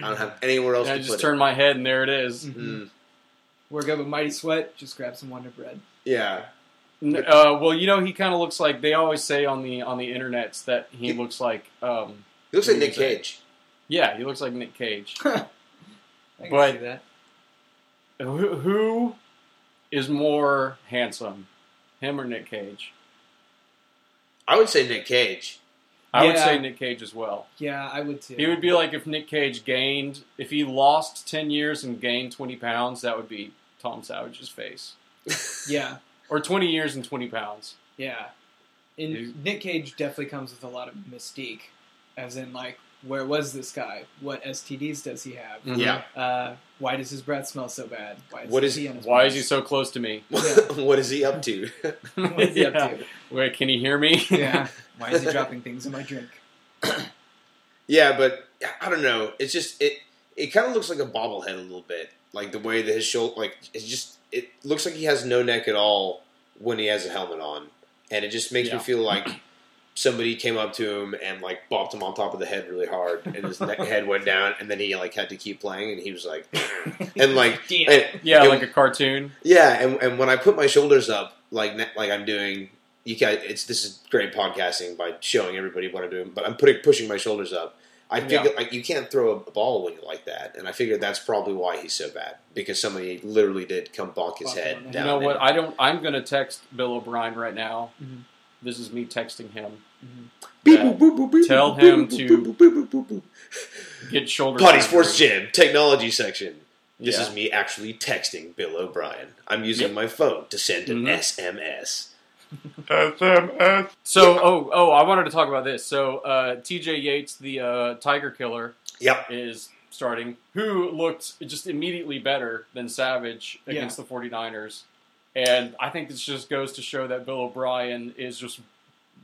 Speaker 2: don't have anywhere else
Speaker 1: I
Speaker 2: to
Speaker 1: just
Speaker 2: put
Speaker 1: turn my head and there it is.
Speaker 2: it. Mm,
Speaker 3: Work up a mighty sweat, just grab some Wonder Bread. [LAUGHS]
Speaker 2: yeah,
Speaker 1: N- Uh, well, you know, he kind of looks like they always say on the on the internets that he looks like, um,
Speaker 2: he looks like
Speaker 1: What
Speaker 2: Nick
Speaker 1: do you
Speaker 2: Cage.
Speaker 1: yeah, he looks like Nick Cage.
Speaker 3: I can
Speaker 1: But-
Speaker 3: see that.
Speaker 1: Who, who is more handsome, him or Nick Cage?
Speaker 2: I would say Nick Cage.
Speaker 1: I would
Speaker 3: Yeah.
Speaker 1: say Nick Cage as well.
Speaker 3: Yeah, I would too.
Speaker 1: He would be like if Nick Cage gained, if he lost 10 years and gained 20 pounds, that would be Tom Savage's face.
Speaker 3: yeah,
Speaker 1: Or 20 years and 20 pounds.
Speaker 3: yeah. And
Speaker 1: He-
Speaker 3: Nick Cage definitely comes with a lot of mystique, as in like, where was this guy? What STDs does he have?
Speaker 1: Mm. Mm-hmm.
Speaker 2: Yeah.
Speaker 3: Uh, why does his breath smell so bad? Why
Speaker 2: What
Speaker 3: the
Speaker 2: is-
Speaker 3: pee on his
Speaker 1: Why is he
Speaker 3: pants?
Speaker 1: so close to
Speaker 3: [LAUGHS]
Speaker 1: me?
Speaker 2: [LAUGHS] what is he up to?
Speaker 3: What is
Speaker 1: [LAUGHS]
Speaker 3: he up to?
Speaker 1: Wait, can he hear me?
Speaker 3: Yeah.
Speaker 1: [LAUGHS]
Speaker 3: Why is he dropping things in my drink?
Speaker 2: Yeah, but I don't know. It's just it. It kind of looks like a bobblehead a little bit, like the way that his shoulder, like it's just it looks like he has no neck at all when he has a helmet on, and it just makes
Speaker 1: Yeah.
Speaker 2: me feel like somebody came up to him and like bopped him on top of the head really hard, and his neck, head went down, and then he like had to keep playing, and he was like, [LAUGHS] and like,
Speaker 3: Damn.
Speaker 2: and,
Speaker 1: yeah,
Speaker 2: It-
Speaker 1: like a cartoon.
Speaker 2: yeah, and, and when I put my shoulders up, like ne- like I'm doing, you can it's this is great podcasting by showing everybody what I'm doing, but I'm putting pushing my shoulders up. I figure like you can't throw a ball when you like that, and I figure that's probably why he's so bad because somebody literally did come bonk his
Speaker 3: Bonk him
Speaker 2: head
Speaker 3: on the
Speaker 1: You
Speaker 2: down.
Speaker 1: know what?
Speaker 2: and-
Speaker 1: I don't. I'm gonna text Bill O'Brien right now.
Speaker 3: Mhm.
Speaker 1: This is me texting him.
Speaker 3: Mhm.
Speaker 2: Beep,
Speaker 1: Yeah.
Speaker 2: boop, boop, boop, boop,
Speaker 1: uh, Tell
Speaker 2: boop,
Speaker 1: him
Speaker 2: boop,
Speaker 1: to-
Speaker 2: boop, boop, boop, boop, boop,
Speaker 1: Get shoulder.
Speaker 2: boop. Potty
Speaker 1: surgery.
Speaker 2: Sports Gym Technology Section. This
Speaker 1: Yeah.
Speaker 2: is me actually texting Bill O'Brien. I'm using
Speaker 1: Yep.
Speaker 2: my phone to send an
Speaker 1: Mhm.
Speaker 2: SMS.
Speaker 1: So, oh, oh, I wanted to talk about this. So, uh, T.J. Yates, the uh, Tiger Killer,
Speaker 2: Yep.
Speaker 1: is starting. Who looked just immediately better than Savage against the 49ers, and I think this just goes to show that Bill O'Brien is just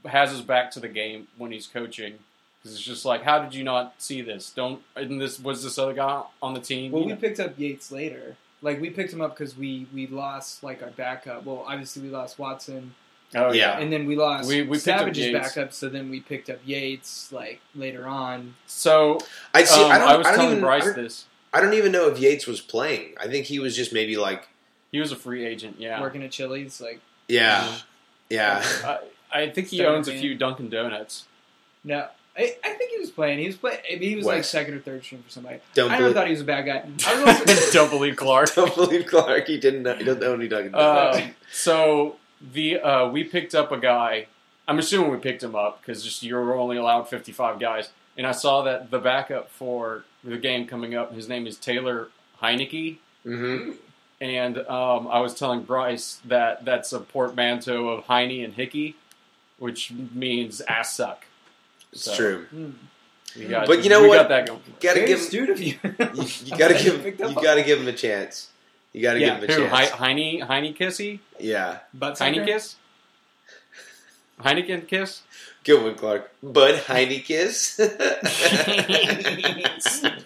Speaker 1: has his back to the game when he's coaching. Because it's just like, how did you not see this? Don't and this was this other guy on the team?
Speaker 3: Well,
Speaker 1: You
Speaker 3: we
Speaker 1: know-
Speaker 3: picked up Yates later. Like we picked him up because we we lost like our backup. Well, obviously we lost Watson,
Speaker 1: oh
Speaker 2: Yeah.
Speaker 3: and then we lost
Speaker 1: We- we picked up
Speaker 3: Savage's
Speaker 1: Yates.
Speaker 3: backup. So then we picked up Yates like later on.
Speaker 1: So
Speaker 2: I see.
Speaker 1: um,
Speaker 2: I
Speaker 1: I,
Speaker 2: don't.
Speaker 1: was
Speaker 2: I don't
Speaker 1: telling
Speaker 2: even, I
Speaker 1: Bryce
Speaker 2: don't-
Speaker 1: this.
Speaker 2: I don't even know if Yates was playing. I think he was just maybe like,
Speaker 1: He was a free agent. Yeah.
Speaker 3: Working at Chili's, like
Speaker 1: Mm.
Speaker 2: yeah, yeah.
Speaker 1: I, I think he
Speaker 3: Starter
Speaker 1: owns a
Speaker 3: man.
Speaker 1: few Dunkin' Donuts.
Speaker 3: no, I, I think he was playing. He was playing. He was like
Speaker 2: West.
Speaker 3: second or third string for somebody.
Speaker 2: Don't
Speaker 3: I never
Speaker 2: believe.
Speaker 3: thought he was a bad guy.
Speaker 1: [LAUGHS]
Speaker 3: I was also,
Speaker 1: Don't believe Clark.
Speaker 2: [LAUGHS] don't believe Clark. He didn't. Know, he doesn't own any Dunkin' Donuts.
Speaker 1: Uh, [LAUGHS] so the uh, we picked up a guy. I'm assuming we picked him up because just you're only allowed 55 guys. And I saw that the backup for the game coming up, his name is Taylor Heineke.
Speaker 2: hmm
Speaker 1: And um, I was telling Bryce that that's a portmanteau of Heine and Hickey, which means ass suck.
Speaker 2: It's
Speaker 1: So,
Speaker 2: true.
Speaker 3: Hmm.
Speaker 1: We got,
Speaker 2: But you know
Speaker 1: we
Speaker 2: what?
Speaker 1: Got that going.
Speaker 2: Gotta
Speaker 3: Very
Speaker 2: give. him-
Speaker 3: astute
Speaker 2: [LAUGHS]
Speaker 3: of you.
Speaker 2: You, you gotta give.
Speaker 3: Picked
Speaker 2: You
Speaker 3: up on-
Speaker 2: gotta give him a chance. You gotta
Speaker 3: Yeah,
Speaker 2: give him
Speaker 1: Who?
Speaker 2: a chance.
Speaker 1: Heine, Heine Kissy?
Speaker 2: yeah.
Speaker 3: Butt
Speaker 1: Heine
Speaker 3: sucker?
Speaker 1: Kiss? Heineken Kiss?
Speaker 2: Good one, Clark. Bud
Speaker 1: [LAUGHS]
Speaker 2: [LAUGHS] Heinekiss.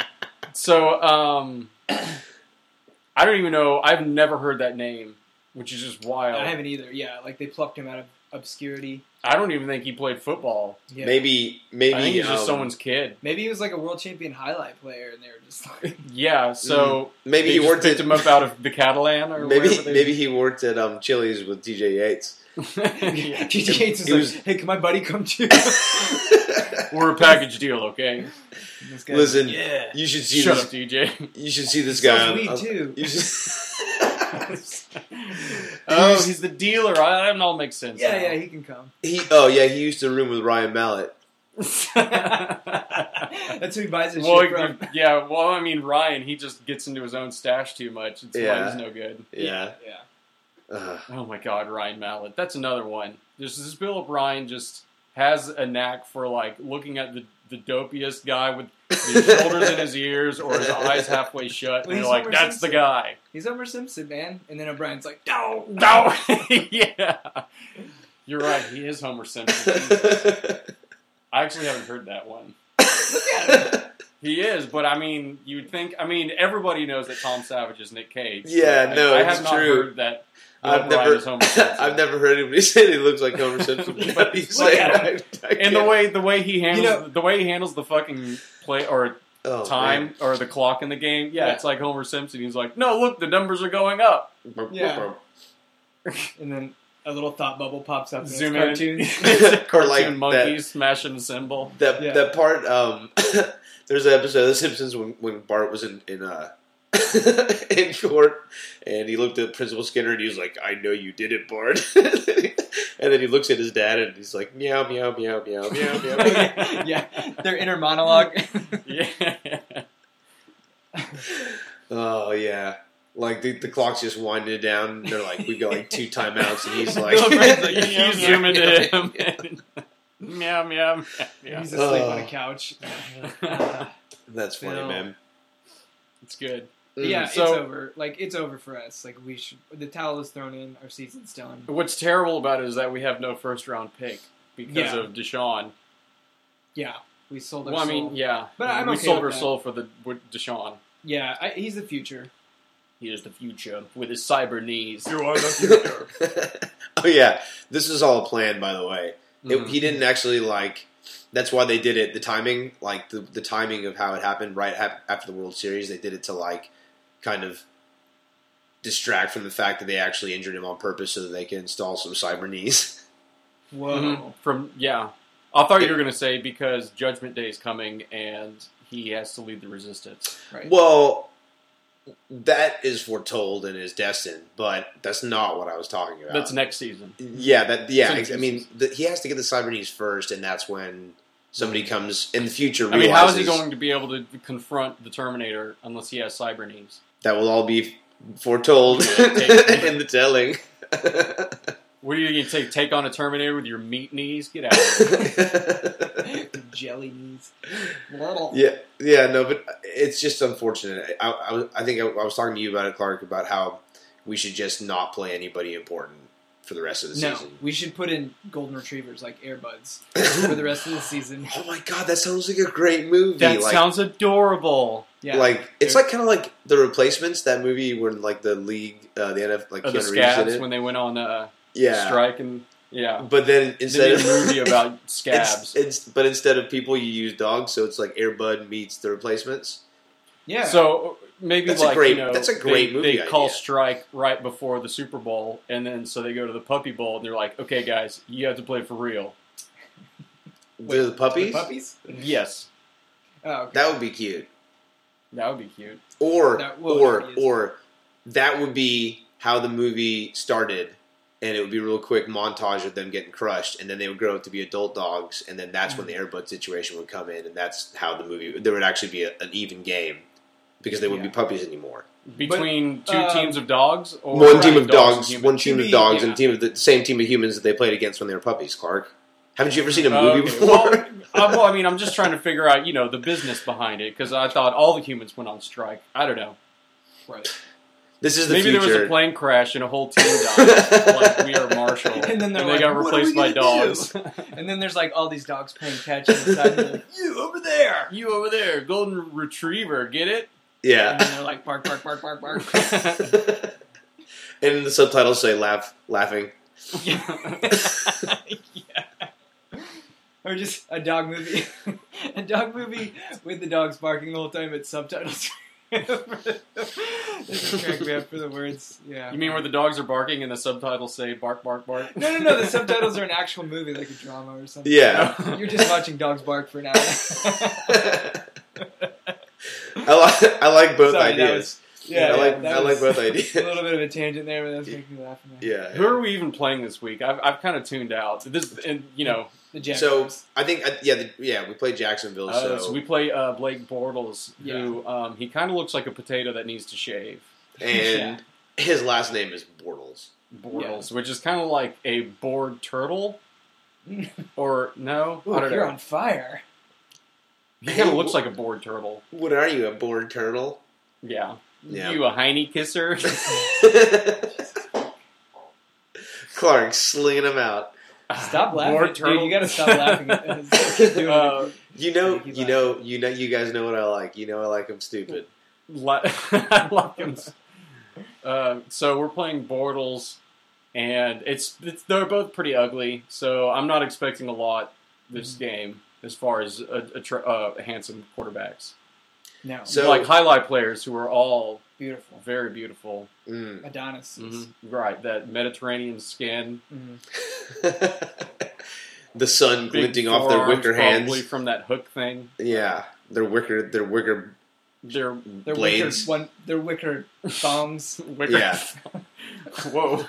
Speaker 2: [LAUGHS]
Speaker 1: So, um, [CLEARS THROAT] I don't even know. I've never heard that name, which is just wild.
Speaker 3: I
Speaker 1: I,
Speaker 3: haven't either. Yeah, like they plucked him out of obscurity.
Speaker 1: don't even think he played football.
Speaker 3: Yeah.
Speaker 2: maybe. Maybe.
Speaker 1: I think he's just
Speaker 2: um,
Speaker 1: someone's kid.
Speaker 3: Maybe he was like a world champion highlight player, and they were just
Speaker 2: [LAUGHS]
Speaker 3: like, [LAUGHS]
Speaker 1: Yeah. So
Speaker 2: mm, Maybe
Speaker 1: they
Speaker 2: he
Speaker 1: just
Speaker 2: worked
Speaker 1: picked
Speaker 2: at.
Speaker 1: him up out of the Catalan or
Speaker 2: Maybe
Speaker 1: wherever they-
Speaker 2: maybe he worked at um, Chili's with DJ Yates.
Speaker 1: [LAUGHS] Yeah.
Speaker 3: DJ Yates is
Speaker 2: He
Speaker 3: like,
Speaker 2: was-
Speaker 3: hey, can my buddy
Speaker 2: [LAUGHS]
Speaker 3: come too?
Speaker 1: We're a package deal, okay?
Speaker 3: This guy-
Speaker 2: Listen,
Speaker 1: Yeah.
Speaker 2: you should see
Speaker 1: Shut
Speaker 2: this.
Speaker 1: up,
Speaker 2: [LAUGHS]
Speaker 1: DJ.
Speaker 2: You should see this
Speaker 3: Sells
Speaker 2: guy.
Speaker 3: weed, too.
Speaker 1: [LAUGHS]
Speaker 2: You should.
Speaker 1: oh, he's the dealer. I, that all makes sense. [LAUGHS]
Speaker 3: yeah, yeah, he
Speaker 2: [LAUGHS]
Speaker 3: can come.
Speaker 2: he. Oh yeah, he used to room with Ryan Mallett.
Speaker 1: yeah.
Speaker 3: That's who he buys his
Speaker 1: well,
Speaker 3: shit from.
Speaker 1: yeah. Well, I mean, Ryan, he just gets into his own stash too much. It's
Speaker 2: Yeah.
Speaker 1: why he's no good.
Speaker 2: Yeah.
Speaker 3: Yeah.
Speaker 2: Ugh.
Speaker 1: Oh my God, Ryan Mallett. That's another one. This this Philip Ryan just has a knack for like looking at the the dopiest guy with
Speaker 2: [LAUGHS]
Speaker 1: his shoulders in his ears or his eyes halfway shut, and
Speaker 3: Well,
Speaker 1: you're
Speaker 3: he's
Speaker 1: like,
Speaker 3: Homer
Speaker 1: that's the
Speaker 3: Simpson.
Speaker 1: guy.
Speaker 3: He's Homer Simpson, man. And then O'Brien's like, no,
Speaker 1: No, [LAUGHS] yeah, you're right. He is Homer Simpson. I actually haven't heard that one. He is, but I mean, you'd think. I mean, everybody knows that Tom Savage is Nick Cage. so
Speaker 2: Yeah,
Speaker 1: I-
Speaker 2: no,
Speaker 1: I
Speaker 2: it's
Speaker 1: have not
Speaker 2: true.
Speaker 1: heard that.
Speaker 2: I've
Speaker 1: Philip Ryan
Speaker 2: never,
Speaker 1: is Homer Simpson.
Speaker 2: [LAUGHS] I've never heard anybody say they look like
Speaker 1: [LAUGHS]
Speaker 2: Homer Simpson.
Speaker 1: But
Speaker 2: What do you
Speaker 1: look
Speaker 2: say?
Speaker 1: at
Speaker 2: I- I
Speaker 1: And the
Speaker 2: can't-
Speaker 1: way the way he handles
Speaker 3: know-
Speaker 1: the way he handles the fucking play or
Speaker 2: Oh,
Speaker 1: time
Speaker 2: man.
Speaker 1: or the clock in the game, yeah,
Speaker 3: Yeah.
Speaker 1: it's like Homer Simpson. He's like, no, look, the numbers are going up.
Speaker 2: [LAUGHS]
Speaker 3: Yeah. And then a little thought bubble pops up. And
Speaker 1: Zoom
Speaker 3: it's
Speaker 1: [LAUGHS]
Speaker 3: cartoons. [LAUGHS]
Speaker 1: in,
Speaker 2: Or
Speaker 1: cartoon
Speaker 2: like that-
Speaker 1: monkeys smashing a
Speaker 2: [LAUGHS]
Speaker 1: symbol.
Speaker 2: That
Speaker 3: Yeah.
Speaker 2: that part. Um, [COUGHS] there's an episode of The Simpsons when, when Bart was in in uh, [LAUGHS] in court, and he looked at Principal Skinner and he was like, "I know you did it, Bart." [LAUGHS] and then he looks at his dad and he's like, "Meow, meow, meow, meow, meow,
Speaker 3: [LAUGHS]
Speaker 2: meow."
Speaker 1: Yeah.
Speaker 3: yeah, their inner monologue.
Speaker 2: oh yeah. Like the, the clock's just winding down. They're like, we got like two timeouts,
Speaker 1: [LAUGHS]
Speaker 2: and
Speaker 3: [LAUGHS]
Speaker 2: he's like, [LAUGHS]
Speaker 1: you zoom into him. and- [LAUGHS] meow meow meow. [LAUGHS]
Speaker 3: [LAUGHS] He's asleep on
Speaker 2: Oh.
Speaker 3: a couch.
Speaker 2: [LAUGHS]
Speaker 1: meow.
Speaker 2: That's funny,
Speaker 3: No.
Speaker 2: man.
Speaker 1: it's good.
Speaker 2: Mm.
Speaker 3: yeah,
Speaker 1: so-
Speaker 3: it's over. Like it's over for us. Like we should. The towel is thrown in. Our season's done.
Speaker 1: What's terrible about it is that we have no first round pick because
Speaker 3: Yeah.
Speaker 1: of Deshaun.
Speaker 3: Yeah, we sold our
Speaker 1: Well, I
Speaker 3: soul.
Speaker 1: mean, yeah,
Speaker 3: But I'm
Speaker 1: we
Speaker 3: okay
Speaker 1: sold
Speaker 3: with
Speaker 1: our
Speaker 3: that.
Speaker 1: soul for the with Deshaun.
Speaker 3: yeah, I, he's the future.
Speaker 1: He is the future with his cyber knees. You
Speaker 2: [LAUGHS]
Speaker 1: are the
Speaker 2: future. [LAUGHS] oh yeah, this is all a plan, by the way. It,
Speaker 1: Mm.
Speaker 2: he didn't actually like. That's why they did it. The timing, like the the timing of how it happened, right hap- after the World Series, they did it to like kind of distract from the fact that they actually injured him on purpose so that they can install some cyber knees. [LAUGHS]
Speaker 3: Whoa.
Speaker 2: Mm-hmm.
Speaker 1: Mhm. From yeah, I thought you were gonna say because Judgment Day is coming and he has to lead the resistance.
Speaker 3: Right.
Speaker 2: well, that is foretold and is destined, but that's not what I was talking about.
Speaker 1: That's next season.
Speaker 2: Yeah, that yeah.
Speaker 1: It's
Speaker 2: I, I mean, the, he has to get the Cybernese first, and that's when somebody comes in the future.
Speaker 1: Mm. I
Speaker 2: Realizes
Speaker 1: mean, how is he going to be able to confront the Terminator unless he has cyber knees?
Speaker 2: That will all be
Speaker 1: [LAUGHS]
Speaker 2: foretold [LAUGHS]
Speaker 1: Yeah.
Speaker 2: in the telling.
Speaker 1: What are you gonna take? Take on a Terminator with your meat knees? Get
Speaker 2: [COUGHS]
Speaker 1: out! of here.
Speaker 3: [LAUGHS] Jelly knees.
Speaker 2: [LAUGHS] yeah, yeah, no, but it's just unfortunate. I, I, was- I think I, I was talking to you about it, Clark, about how we should just not play anybody important for the rest of the
Speaker 3: No,
Speaker 2: season.
Speaker 3: we should put in golden retrievers
Speaker 1: [COUGHS]
Speaker 3: like Airbuds for the rest of the season.
Speaker 2: Oh my god, that sounds like a great movie.
Speaker 1: that
Speaker 2: like,
Speaker 1: sounds adorable.
Speaker 3: Yeah,
Speaker 2: Like it's like kind of like the replacements that movie when like the league uh, the NF like
Speaker 1: Uh, the
Speaker 2: Keanu Reeves did
Speaker 1: scabs
Speaker 2: it.
Speaker 1: when they went on a
Speaker 2: yeah,
Speaker 1: strike and yeah.
Speaker 2: but then
Speaker 1: They
Speaker 2: instead
Speaker 1: did
Speaker 2: of
Speaker 1: a movie
Speaker 2: [LAUGHS]
Speaker 1: about
Speaker 2: it's,
Speaker 1: scabs.
Speaker 2: it's but instead of people you use dogs, so it's like Airbud meets the replacements.
Speaker 3: yeah.
Speaker 1: So maybe
Speaker 2: That's a
Speaker 1: like
Speaker 2: great-
Speaker 1: you know,
Speaker 2: that's a great
Speaker 1: they,
Speaker 2: movie
Speaker 1: they call
Speaker 2: idea.
Speaker 1: strike right before the Super Bowl, and then so they go to the Puppy Bowl, and they're like, "Okay, guys, you have to play for real."
Speaker 2: They're the puppies.
Speaker 3: The puppies.
Speaker 1: Yes,
Speaker 3: Oh, okay.
Speaker 2: That would be cute.
Speaker 1: that would be cute.
Speaker 2: Or
Speaker 3: That would
Speaker 2: or
Speaker 3: be-
Speaker 2: or that would be how the movie started. And it would be a real quick montage of them getting crushed, and then they would grow up to be adult dogs, and then that's when
Speaker 1: Mm.
Speaker 2: the Airbud situation would come in, and that's how the movie there would actually be a, an even game because they wouldn't
Speaker 3: Yeah.
Speaker 2: be puppies anymore.
Speaker 1: Between two
Speaker 3: um,
Speaker 1: teams of dogs, or
Speaker 2: uh, one
Speaker 1: right,
Speaker 2: team of dogs,
Speaker 1: and humans?
Speaker 2: one team
Speaker 3: To
Speaker 2: of
Speaker 3: me,
Speaker 2: dogs, and
Speaker 3: yeah.
Speaker 2: team of the same team of humans that they played against when they were puppies. Clark, haven't you ever seen a
Speaker 1: Oh,
Speaker 2: movie
Speaker 1: okay.
Speaker 2: before?
Speaker 1: Well, [LAUGHS] uh, well, I mean, I'm just trying to figure out, you know, the business behind it because I thought all the humans went on strike. I don't know.
Speaker 3: right.
Speaker 2: [LAUGHS] this is the
Speaker 1: Maybe
Speaker 2: future.
Speaker 1: there was a plane crash and a whole team
Speaker 2: [LAUGHS]
Speaker 1: died, like we are Marshall,
Speaker 3: And then they're
Speaker 1: they
Speaker 3: like,
Speaker 1: got
Speaker 3: "What are we
Speaker 1: replaced by
Speaker 3: gonna do?"
Speaker 1: dogs. [LAUGHS]
Speaker 3: And then there's like all these dogs playing catch on the side. and they're like, you over there.
Speaker 1: you over there, golden retriever, get it?
Speaker 3: And
Speaker 1: [LAUGHS]
Speaker 2: yeah, [LAUGHS]
Speaker 3: then they're like bark, bark, bark, bark, bark.
Speaker 2: and the subtitles say "laugh,
Speaker 1: [LAUGHS]
Speaker 2: laughing."
Speaker 3: Or [LAUGHS] just a dog movie, a dog movie with the dogs barking the whole time, but subtitles. [LAUGHS] Doesn't crack me up for the words. Yeah.
Speaker 1: You mean where the dogs are barking and the subtitles say "bark, bark, bark"?
Speaker 3: [LAUGHS] No, no, no.
Speaker 1: [LAUGHS]
Speaker 3: The subtitles are an actual movie, like a drama or something.
Speaker 2: Yeah.
Speaker 3: [LAUGHS] You're just watching dogs bark for
Speaker 2: [LAUGHS]
Speaker 3: an hour.
Speaker 1: Oh.
Speaker 2: I, li- [LAUGHS] I like both
Speaker 3: Sorry, that
Speaker 2: ideas. I like
Speaker 3: that
Speaker 2: I like
Speaker 3: was
Speaker 2: both
Speaker 3: [LAUGHS] A
Speaker 2: ideas.
Speaker 3: little bit of a tangent there, but that's making me laugh. in there.
Speaker 2: yeah.
Speaker 1: Who are we even playing this week? I've, I've kind of tuned out. This and you know,
Speaker 3: The Jack
Speaker 2: So
Speaker 3: Rose.
Speaker 2: I think I, yeah the, yeah we played Jacksonville.
Speaker 1: uh,
Speaker 2: so
Speaker 1: so [LAUGHS] we play uh, Blake Bortles, who um, he kind of looks like a potato that needs to shave.
Speaker 2: and his last name is Bortles.
Speaker 1: Bortles, which is kind of like a bored
Speaker 2: [LAUGHS]
Speaker 1: turtle,
Speaker 3: Ooh,
Speaker 1: or no? I don't
Speaker 3: you're
Speaker 1: know.
Speaker 3: on fire.
Speaker 1: He
Speaker 3: [LAUGHS]
Speaker 1: kind of looks like a bored turtle.
Speaker 2: What are you, a bored turtle?
Speaker 1: Yeah.
Speaker 2: Yeah.
Speaker 1: You a hiney kisser?
Speaker 2: [LAUGHS] Clark slinging him out.
Speaker 3: [LAUGHS] Stop laughing,
Speaker 1: Bored
Speaker 3: dude.
Speaker 1: turtle.
Speaker 3: You gotta
Speaker 2: [LAUGHS]
Speaker 3: stop laughing. at us. Doing
Speaker 1: [LAUGHS]
Speaker 3: it.
Speaker 2: Oh,
Speaker 1: Uh,
Speaker 2: You know,
Speaker 3: He's
Speaker 2: you know, you know, you guys know what I like. You know, I like him stupid.
Speaker 1: Li- [LAUGHS] I like him. Uh, so we're playing Bortles, and it's, it's they're both pretty ugly. So I'm not expecting a lot this game as far as a, a tr- uh, handsome quarterbacks.
Speaker 3: no,
Speaker 2: So-
Speaker 1: like highlight players who are all
Speaker 3: beautiful.
Speaker 1: very beautiful.
Speaker 2: Mm. [LAUGHS]
Speaker 3: Adonis.
Speaker 2: Mm-hmm.
Speaker 1: Right, that Mediterranean skin,
Speaker 3: Mhm.
Speaker 2: the sun
Speaker 1: Big
Speaker 2: glinting off their
Speaker 1: forearms
Speaker 2: wicker
Speaker 1: probably
Speaker 2: hands.
Speaker 1: from that hook thing.
Speaker 2: Yeah, their wicker, their wicker [LAUGHS]
Speaker 1: Their
Speaker 3: They're
Speaker 2: blades.
Speaker 3: wicker. One, they're wicker thongs.
Speaker 1: [LAUGHS] wicker.
Speaker 2: Yeah.
Speaker 1: Whoa.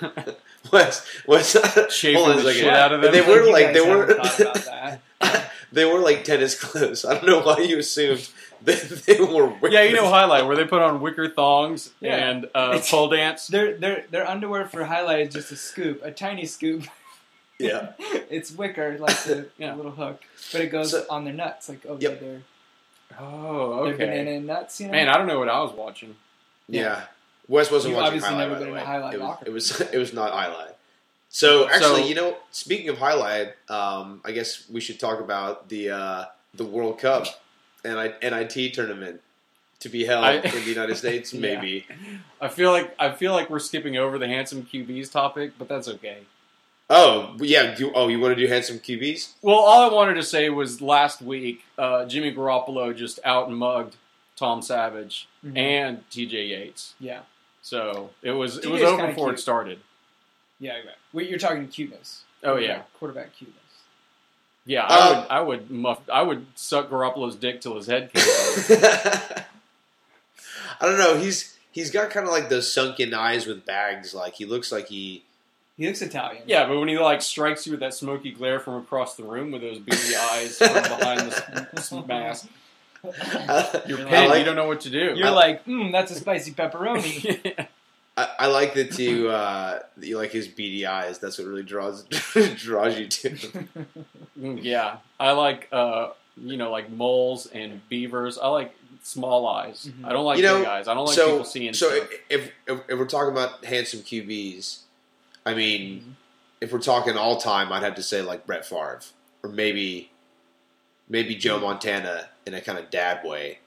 Speaker 2: West, West.
Speaker 1: Shaving
Speaker 2: Hold on a
Speaker 1: the
Speaker 2: second.
Speaker 1: shit out of them.
Speaker 2: They
Speaker 3: I think
Speaker 2: were
Speaker 3: you
Speaker 2: like-
Speaker 3: guys
Speaker 2: they
Speaker 3: haven't
Speaker 2: were-
Speaker 3: thought about
Speaker 2: [LAUGHS]
Speaker 3: that.
Speaker 2: they were like tennis clothes. I don't know why you assumed that [LAUGHS] they were. Wicker.
Speaker 1: yeah, you know highlight where they put on wicker thongs
Speaker 3: Yeah.
Speaker 1: and uh,
Speaker 3: It's-
Speaker 1: pole dance.
Speaker 3: Their their their underwear for highlight is just a scoop, a tiny scoop.
Speaker 2: Yeah.
Speaker 3: [LAUGHS] it's wicker, like
Speaker 2: [LAUGHS]
Speaker 3: the
Speaker 1: Yeah.
Speaker 3: little hook, but it goes
Speaker 2: So-
Speaker 3: on their nuts, like over
Speaker 2: Yep.
Speaker 3: their,
Speaker 1: Oh,
Speaker 3: their
Speaker 1: okay.
Speaker 3: banana and nuts. You know,
Speaker 1: Man, I don't know what I was watching.
Speaker 2: Yeah.
Speaker 3: Yeah.
Speaker 2: Wes wasn't
Speaker 3: You've
Speaker 2: watching
Speaker 3: obviously
Speaker 2: highlight.
Speaker 3: never
Speaker 2: by
Speaker 3: been
Speaker 2: the
Speaker 3: in a
Speaker 2: way.
Speaker 3: highlight
Speaker 2: it, was,
Speaker 3: locker.
Speaker 2: it was it was not highlight. So actually,
Speaker 1: So-
Speaker 2: you know, speaking of highlight, um, I guess we should talk about the uh, the World Cup and I, NIT tournament to be held
Speaker 1: I-
Speaker 2: in the United States.
Speaker 3: [LAUGHS]
Speaker 1: Yeah.
Speaker 2: Maybe
Speaker 1: I feel like I feel like we're skipping over the handsome QBs topic, but that's okay.
Speaker 2: oh yeah, you, oh you want to do handsome QBs? [LAUGHS]
Speaker 1: Well, all I wanted to say was last week, uh, Jimmy Garoppolo just out and mugged Tom Savage
Speaker 3: Mhm.
Speaker 1: and T.J. Yates.
Speaker 3: yeah,
Speaker 1: So it was it
Speaker 3: TJ
Speaker 1: was
Speaker 3: is
Speaker 1: over
Speaker 3: kinda
Speaker 1: before it
Speaker 3: cute.
Speaker 1: started.
Speaker 3: yeah. You're, right. Wait, you're talking cuteness.
Speaker 1: Oh yeah,
Speaker 3: quarterback cuteness.
Speaker 1: yeah.
Speaker 2: Uh,
Speaker 1: I would I would muff I would suck Garoppolo's dick till his head came
Speaker 3: [LAUGHS]
Speaker 1: off.
Speaker 2: I don't know. He's he's got kind of like those sunken eyes with bags. Like he looks like he. [LAUGHS]
Speaker 3: He looks Italian.
Speaker 1: Yeah, but when he like strikes you with that smoky glare from across the room with those beady eyes from behind the s-
Speaker 3: [LAUGHS]
Speaker 1: mask, you're
Speaker 3: You're
Speaker 1: pinned.
Speaker 2: I like-
Speaker 1: you don't know what to do.
Speaker 3: [LAUGHS] You're like, mm, that's a spicy
Speaker 1: [LAUGHS]
Speaker 3: pepperoni.
Speaker 2: I, I like that you uh, you like his beady eyes. That's what really draws [LAUGHS] draws you to. him.
Speaker 1: Mm, yeah, I like uh, you know like moles and beavers. I like small eyes.
Speaker 3: Mhm.
Speaker 1: I don't like
Speaker 2: You know,
Speaker 1: big eyes. I don't like
Speaker 2: so
Speaker 1: people seeing
Speaker 2: so
Speaker 1: stuff.
Speaker 2: if, if if we're talking about handsome QBs, I mean, if we're talking all time, I'd have to say like Brett Favre or maybe maybe Joe
Speaker 3: Hmm.
Speaker 2: Montana in a kind of dad way,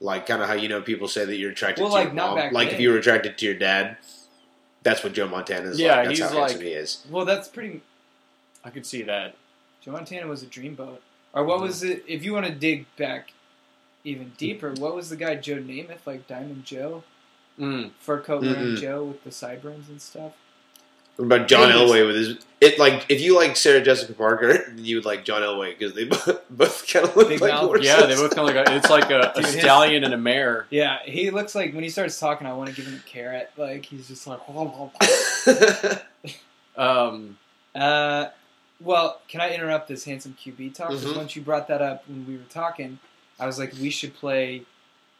Speaker 2: like kind of how you know people say that you're attracted
Speaker 3: Well,
Speaker 2: to your
Speaker 3: like, not
Speaker 2: mom.
Speaker 3: back
Speaker 2: Like
Speaker 3: then.
Speaker 2: if you were attracted to your dad, that's what Joe Montana is.
Speaker 1: Yeah,
Speaker 2: like. that's
Speaker 1: he's
Speaker 2: how handsome
Speaker 1: like-
Speaker 2: he is.
Speaker 3: Well, that's pretty.
Speaker 1: I could see that.
Speaker 3: Joe Montana was a dreamboat. Or what was it? If you want to dig back even deeper, what was the guy Joe Namath like Diamond Joe,
Speaker 1: Mm.
Speaker 3: fur coat wearing
Speaker 2: Mm-mm.
Speaker 3: Joe with the sideburns and stuff?
Speaker 2: What about John
Speaker 3: Goodness.
Speaker 2: Elway with his? It like if you like Sarah Jessica Parker, [LAUGHS] then you would like John Elway because they [LAUGHS] both, both kind of look
Speaker 3: Big
Speaker 2: like
Speaker 3: mouth.
Speaker 2: horses.
Speaker 1: [LAUGHS] Yeah, they
Speaker 2: [LAUGHS]
Speaker 1: both kind of like a, it's like
Speaker 3: [LAUGHS]
Speaker 1: a, a
Speaker 3: Dude, his-
Speaker 1: stallion and a mare.
Speaker 3: Yeah, he looks like when he starts talking, I want to give him a carrot. Like he's just like. [LAUGHS]
Speaker 1: Um,
Speaker 3: Uh, well, can I interrupt this handsome QB talk? 'Cause
Speaker 2: Mhm.
Speaker 3: once you brought that up when we were talking, I was like, we should play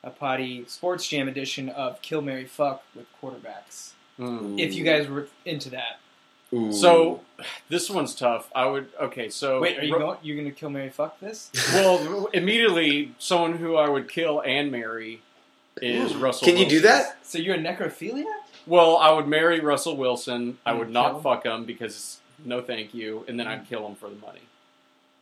Speaker 3: a potty sports jam edition of Kill Mary Fuck with quarterbacks.
Speaker 1: mm.
Speaker 3: If you guys were into that,
Speaker 2: Ooh. [LAUGHS]
Speaker 1: So this one's tough. I would okay. So
Speaker 3: wait, are you
Speaker 1: Ro-
Speaker 3: going? You're gonna Kill Mary Fuck this?
Speaker 1: Well, immediately someone who I would kill and marry is Russell.
Speaker 2: can you do
Speaker 1: Wilson.
Speaker 2: that?
Speaker 3: So you're a necrophilia?
Speaker 1: Well, I would marry Russell Wilson. I would
Speaker 3: You'd kill
Speaker 1: not
Speaker 3: him?
Speaker 1: fuck him because no, thank you, and then I'd kill him for the money.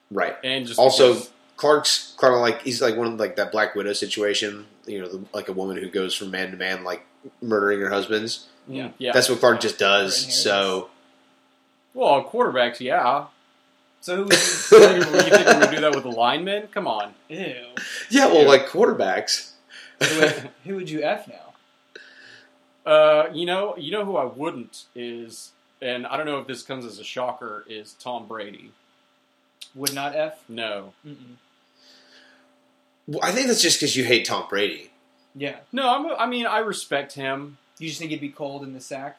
Speaker 2: Right.
Speaker 1: And just
Speaker 2: Also,
Speaker 1: because-
Speaker 2: Clark's kind of like he's like one of like that Black Widow situation. You know, the, like a woman who goes from man to man, like murdering her husbands.
Speaker 3: Mm,
Speaker 1: yeah, yeah.
Speaker 2: That's what Clark just
Speaker 3: For
Speaker 2: does.
Speaker 3: inheritance.
Speaker 2: So
Speaker 1: well, quarterbacks, yeah.
Speaker 2: [LAUGHS]
Speaker 3: So who was
Speaker 1: you, you think we would do that with the linemen? Come on.
Speaker 3: you? Ew.
Speaker 2: yeah, well,
Speaker 1: Yeah.
Speaker 2: like quarterbacks. [LAUGHS]
Speaker 3: Who would, who would you f now?
Speaker 1: Uh, you know, you know who I wouldn't is, and I don't know if this comes as a shocker, is Tom Brady.
Speaker 3: Would not f.
Speaker 1: No,
Speaker 3: Mm-mm.
Speaker 2: Well, I think that's just because you hate Tom Brady.
Speaker 3: Yeah,
Speaker 1: no. I'm, I mean, I respect him.
Speaker 3: you just think he'd be cold in the sack,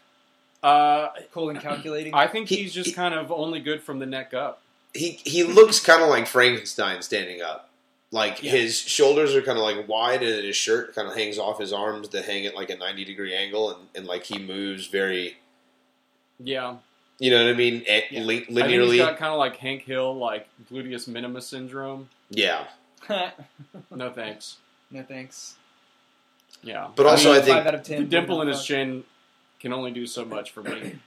Speaker 1: Uh,
Speaker 3: cold and calculating. [LAUGHS]
Speaker 1: I think
Speaker 2: He-
Speaker 1: he's
Speaker 2: he-
Speaker 1: just kind of only good from the neck up.
Speaker 2: He he looks kind of like Frankenstein standing up. Like
Speaker 1: Yeah.
Speaker 2: his shoulders are kind of like wide, and his shirt kind of hangs off his arms to hang at like a ninety degree angle, and, and like he moves very,
Speaker 1: Yeah,
Speaker 2: you know what I mean, eh,
Speaker 3: Yeah.
Speaker 2: li-
Speaker 1: I think he's
Speaker 2: linearly.
Speaker 1: got kind of like Hank Hill, like gluteus minimus syndrome.
Speaker 2: yeah,
Speaker 1: No thanks.
Speaker 3: no thanks.
Speaker 1: Yeah,
Speaker 2: but also
Speaker 1: mean,
Speaker 2: I think
Speaker 3: five out of ten.
Speaker 1: the dimple in his
Speaker 3: Fuck.
Speaker 1: chin can only do so much for me.
Speaker 2: [CLEARS THROAT]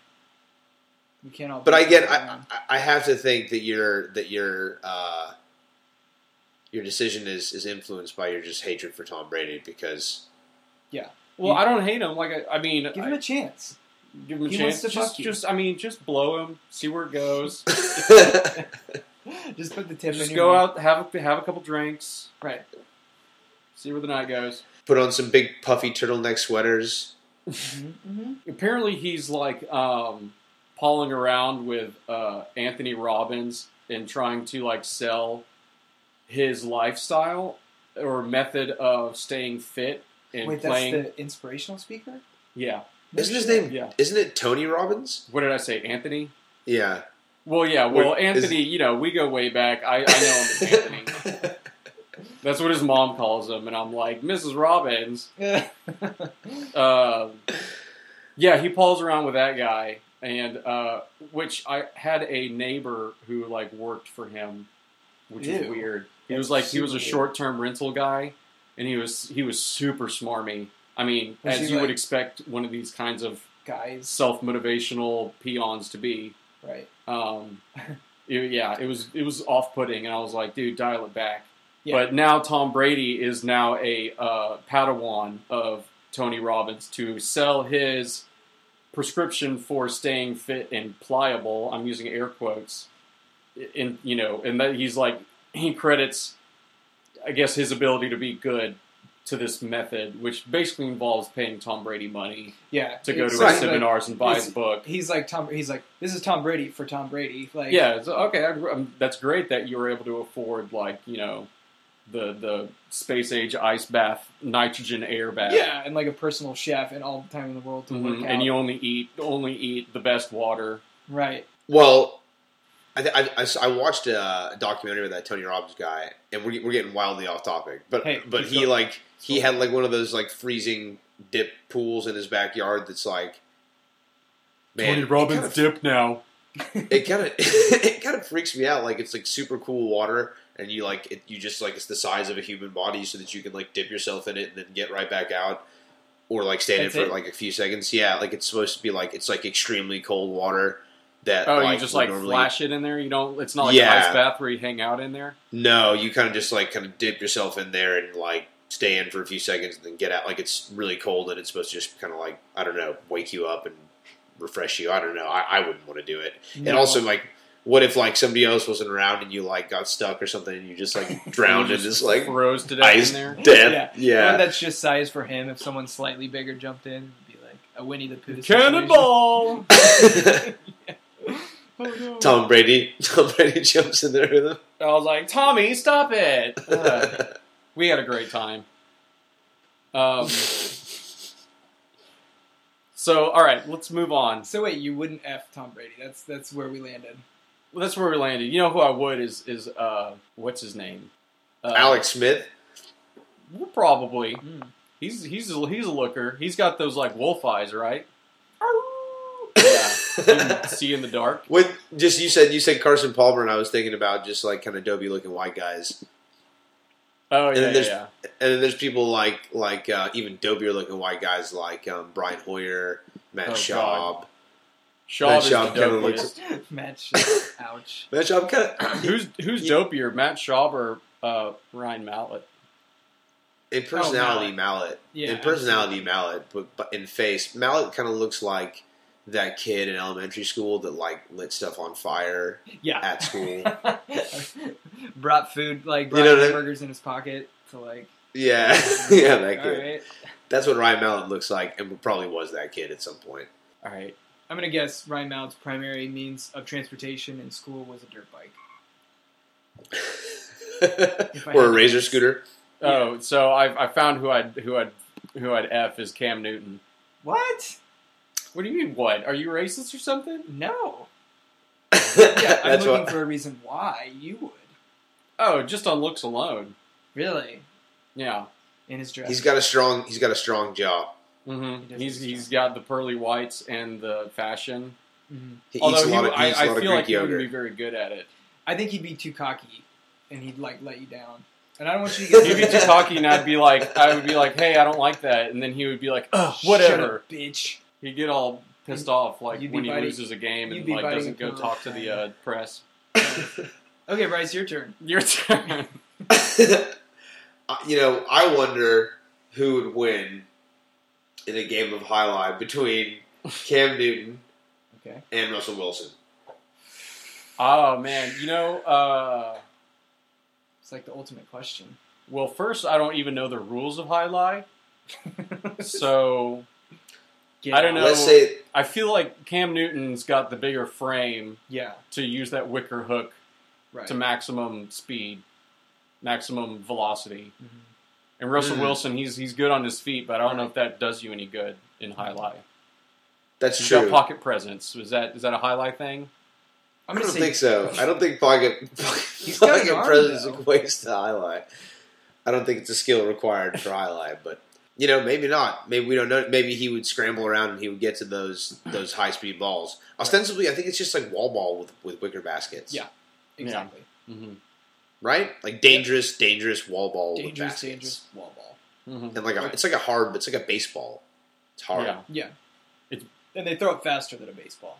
Speaker 3: We can't all.
Speaker 2: But I
Speaker 3: be
Speaker 2: get,
Speaker 3: perfect,
Speaker 2: I,
Speaker 3: man.
Speaker 2: I- I have to think that your that your uh, your decision is is influenced by your just hatred for Tom Brady because [LAUGHS]
Speaker 1: Well, I don't hate him. Like I, I mean,
Speaker 3: give him
Speaker 1: I-
Speaker 3: a chance. [LAUGHS]
Speaker 1: give him a
Speaker 3: he
Speaker 1: chance.
Speaker 3: wants to
Speaker 1: just,
Speaker 3: fuck you.
Speaker 1: just I mean, just blow him. See where it goes.
Speaker 3: Just put the tip.
Speaker 1: just
Speaker 3: in
Speaker 1: go
Speaker 3: your mouth.
Speaker 1: out, have a, have a couple drinks,
Speaker 3: Right.
Speaker 1: see where the night goes.
Speaker 2: put on some big puffy turtleneck sweaters.
Speaker 3: Mm-hmm.
Speaker 1: Apparently, he's like um, palling around with uh, Anthony Robbins and trying to like sell his lifestyle or method of staying fit and
Speaker 3: Wait, that's
Speaker 1: playing.
Speaker 3: the inspirational speaker.
Speaker 1: Yeah,
Speaker 2: Isn't his name?
Speaker 1: Yeah.
Speaker 2: Isn't it Tony Robbins?
Speaker 1: what did I say, Anthony?
Speaker 2: Yeah.
Speaker 1: Well, yeah. Well,
Speaker 2: Wait, is-
Speaker 1: Anthony, you know, we go way back. I, I know him as Anthony.
Speaker 2: [LAUGHS]
Speaker 1: That's what his mom calls him, and I'm like, Mrs. Robbins. Uh, yeah, he pulls around with that guy, and uh, which I had a neighbor who like worked for him, which is
Speaker 3: Ew.
Speaker 1: weird. He
Speaker 3: That's
Speaker 1: was like he was a
Speaker 3: super weird.
Speaker 1: short term rental guy, and he was he was super smarmy. I mean,
Speaker 3: Was
Speaker 1: as
Speaker 3: he,
Speaker 1: you would
Speaker 3: like-
Speaker 1: expect one of these kinds of
Speaker 3: [LAUGHS] Guys,
Speaker 1: self motivational peons to be.
Speaker 3: right?
Speaker 1: Um, it- yeah, it was it was off putting, and I was like, dude, dial it back.
Speaker 3: Yeah.
Speaker 1: But now Tom Brady is now a uh, Padawan of Tony Robbins to sell his prescription for staying fit and pliable. I'm using air quotes, and you know, and that he's like he credits, I guess, his ability to be good to this method, which basically involves paying Tom Brady money
Speaker 3: Yeah.
Speaker 1: to go
Speaker 3: it's
Speaker 1: to
Speaker 2: Right.
Speaker 1: his
Speaker 3: like-
Speaker 1: seminars and buy his
Speaker 3: it's-
Speaker 1: book.
Speaker 3: He's like Tom. He's like this is Tom Brady for Tom Brady. Like
Speaker 1: yeah, it's, okay, I, um, that's great that you were able to afford like you know the the space age ice bath, nitrogen air bath,
Speaker 3: yeah, and like a personal chef and all the time in the world to
Speaker 1: Mhm,
Speaker 2: Mm-hmm.
Speaker 3: work out.
Speaker 1: and you only eat only eat the best water.
Speaker 3: right.
Speaker 2: Well, I, th- I, I s- I watched a documentary with that Tony Robbins guy, and we're, we're getting wildly off topic. But
Speaker 3: Hey,
Speaker 2: but
Speaker 3: keep
Speaker 2: he
Speaker 3: going.
Speaker 2: like he had like one of those like freezing dip pools in his backyard. That's like man, it kinda-
Speaker 1: dip now.
Speaker 2: It kind of [LAUGHS] it kind of freaks me out. Like it's like super cool water, and you like it, you just like it's the size of a human body, so that you can like dip yourself in it and then get right back out, or like stand
Speaker 3: That's
Speaker 2: in for
Speaker 3: it?
Speaker 2: like a few seconds. Yeah, like it's supposed to be like it's like extremely cold water. That
Speaker 1: Oh,
Speaker 2: like,
Speaker 1: you just
Speaker 2: would
Speaker 1: like
Speaker 2: normally-
Speaker 1: flash it in there. You don't. It's not like
Speaker 2: Yeah.
Speaker 1: an ice bath where you hang out in there.
Speaker 2: No, you kind of just like kind of dip yourself in there and like stay in for a few seconds and then get out. Like it's really cold and it's supposed to just kind of like I don't know, wake you up and refresh you. I don't know. I, I wouldn't want to do it. And
Speaker 3: No.
Speaker 2: also like. What if like somebody else wasn't around and you like got stuck or something and you just like drowned
Speaker 1: You
Speaker 2: and just like
Speaker 1: froze to death in
Speaker 2: ice
Speaker 1: there.
Speaker 2: death?
Speaker 3: Or
Speaker 2: Yeah.
Speaker 3: that's just size for him. If someone slightly bigger jumped in, it'd be like a Winnie the Pooh.
Speaker 1: Cannonball!
Speaker 2: [LAUGHS]
Speaker 3: situation. Oh, no.
Speaker 2: Tom Brady. [LAUGHS] Tom Brady jumps in there with him.
Speaker 1: I was like, Tommy, stop [LAUGHS] it. Ugh. we had a great time. [LAUGHS] Um, so, all right, let's move on.
Speaker 3: So wait, you wouldn't f Tom Brady? That's that's where we landed.
Speaker 1: Well, that's where we landed. You know who I would is is uh, what's his name? Uh,
Speaker 2: Alex Smith.
Speaker 1: Well, probably.
Speaker 3: Mm.
Speaker 1: He's he's a, he's a looker. He's got those like wolf eyes,
Speaker 2: [LAUGHS]
Speaker 1: right? yeah. You can see in the dark.
Speaker 2: When just you said you said Carson Palmer and I was thinking about just like kind of dopey looking white guys.
Speaker 1: Oh
Speaker 2: And
Speaker 1: yeah,
Speaker 2: then
Speaker 1: yeah,
Speaker 2: there's-
Speaker 1: yeah.
Speaker 2: And then there's people like like uh, even dopier looking white guys like um, Brian Hoyer, Matt
Speaker 1: Oh,
Speaker 2: Schaub.
Speaker 1: Schaub is
Speaker 2: Schaub
Speaker 1: the
Speaker 2: kinda
Speaker 1: dopiest.
Speaker 2: looks-
Speaker 3: [LAUGHS] Match. Ouch.
Speaker 2: Matt Schaub kind of
Speaker 1: Who's who's dopier, Matt Schaub or uh, Ryan Mallett?
Speaker 2: [CLEARS THROAT] in personality
Speaker 3: Mallet.
Speaker 2: Mallet.
Speaker 3: Yeah,
Speaker 2: in personality Mallet, but, but in face Mallet kind of looks like that kid in elementary school that like lit stuff on fire
Speaker 3: Yeah.
Speaker 2: at school.
Speaker 3: [LAUGHS] brought food like brought
Speaker 2: You know what I-
Speaker 3: hamburgers in his pocket to like
Speaker 2: Yeah, [LAUGHS] yeah, that
Speaker 3: All
Speaker 2: kid.
Speaker 3: right.
Speaker 2: That's what Ryan Mallett looks like, and probably was that kid at some point.
Speaker 1: All right.
Speaker 3: I'm gonna guess Ryan Mallett's primary means of transportation in school was a dirt bike. I
Speaker 2: or a
Speaker 3: had-
Speaker 2: razor scooter.
Speaker 1: Oh, so I, I found who I'd who I'd who I'd f is Cam Newton.
Speaker 3: What?
Speaker 1: What do you mean? What are you racist or something?
Speaker 3: No.
Speaker 2: [LAUGHS]
Speaker 3: Yeah, I'm
Speaker 2: That's
Speaker 3: looking
Speaker 2: what.
Speaker 3: for a reason why you would.
Speaker 1: Oh, just on looks alone.
Speaker 3: Really?
Speaker 1: Yeah.
Speaker 3: In his dress.
Speaker 2: He's got a strong. He's got a strong jaw.
Speaker 1: Mm-hmm.
Speaker 3: does
Speaker 1: He's
Speaker 3: look
Speaker 1: he's
Speaker 3: strong.
Speaker 1: got the pearly whites and the fashion.
Speaker 3: Mhm.
Speaker 2: He
Speaker 1: Although
Speaker 2: eats a
Speaker 1: he,
Speaker 2: lot of, he
Speaker 1: I,
Speaker 2: eats a
Speaker 1: I
Speaker 2: lot of
Speaker 1: feel
Speaker 2: Greek
Speaker 1: like he
Speaker 2: yogurt.
Speaker 1: wouldn't be very good at it.
Speaker 3: I think he'd be too cocky, and he'd like let you down. And I don't want you to get.
Speaker 1: He'd be too cocky, and I'd be like, I would be like, hey, I don't like that, and then he would be like, Ugh,
Speaker 3: Shut
Speaker 1: whatever.
Speaker 3: up, bitch.
Speaker 1: He'd get all pissed off like
Speaker 3: You'd be
Speaker 1: when he
Speaker 3: biting-
Speaker 1: loses a game
Speaker 3: you'd
Speaker 1: and
Speaker 3: be
Speaker 1: like
Speaker 3: biting
Speaker 1: doesn't
Speaker 3: a
Speaker 1: go
Speaker 3: pillow.
Speaker 1: talk to the uh, press. [LAUGHS]
Speaker 3: Okay, Bryce, your turn.
Speaker 1: Your turn.
Speaker 2: [LAUGHS] Uh, you know, I wonder who would win in a game of high line between Cam Newton
Speaker 3: Okay.
Speaker 2: and Russell Wilson.
Speaker 1: oh man, you know. uh...
Speaker 3: It's like the ultimate question.
Speaker 1: Well, first, I don't even know the rules of high
Speaker 3: [LAUGHS]
Speaker 1: lie, so
Speaker 3: Get
Speaker 1: I don't
Speaker 3: out.
Speaker 1: know.
Speaker 2: Let's say
Speaker 1: I feel like Cam Newton's got the bigger frame
Speaker 3: Yeah.
Speaker 1: to use that wicker hook
Speaker 3: Right.
Speaker 1: to maximum speed, maximum velocity.
Speaker 3: Mhm.
Speaker 1: And Russell
Speaker 2: Mm.
Speaker 1: Wilson, he's he's good on his feet, but I don't know if that does you any good in high lie.
Speaker 2: that's
Speaker 1: He's got
Speaker 2: true.
Speaker 1: pocket presence. Is that is that a high lie thing?
Speaker 3: I'm
Speaker 2: I
Speaker 3: gonna
Speaker 2: don't
Speaker 3: say
Speaker 2: think so. I don't think pocket [LAUGHS] pocket,
Speaker 3: got an
Speaker 2: pocket
Speaker 3: arm,
Speaker 2: presence
Speaker 3: though.
Speaker 2: equates to high line. I don't think it's a skill required for high line, but you know, maybe not. Maybe we don't know. Maybe he would scramble around and he would get to those those high speed balls. Ostensibly, I think it's just like wall ball with with wicker baskets.
Speaker 3: Yeah. exactly
Speaker 2: Mm-hmm.
Speaker 1: hmm
Speaker 2: right? Like dangerous, dangerous wall ball. with
Speaker 3: dangerous,
Speaker 2: baskets.
Speaker 3: dangerous wall ball.
Speaker 1: hmm
Speaker 2: And like a, it's like a hard, it's like a baseball. It's hard. [LAUGHS]
Speaker 1: Yeah.
Speaker 3: Yeah.
Speaker 1: It's-
Speaker 3: and they throw it faster than a baseball.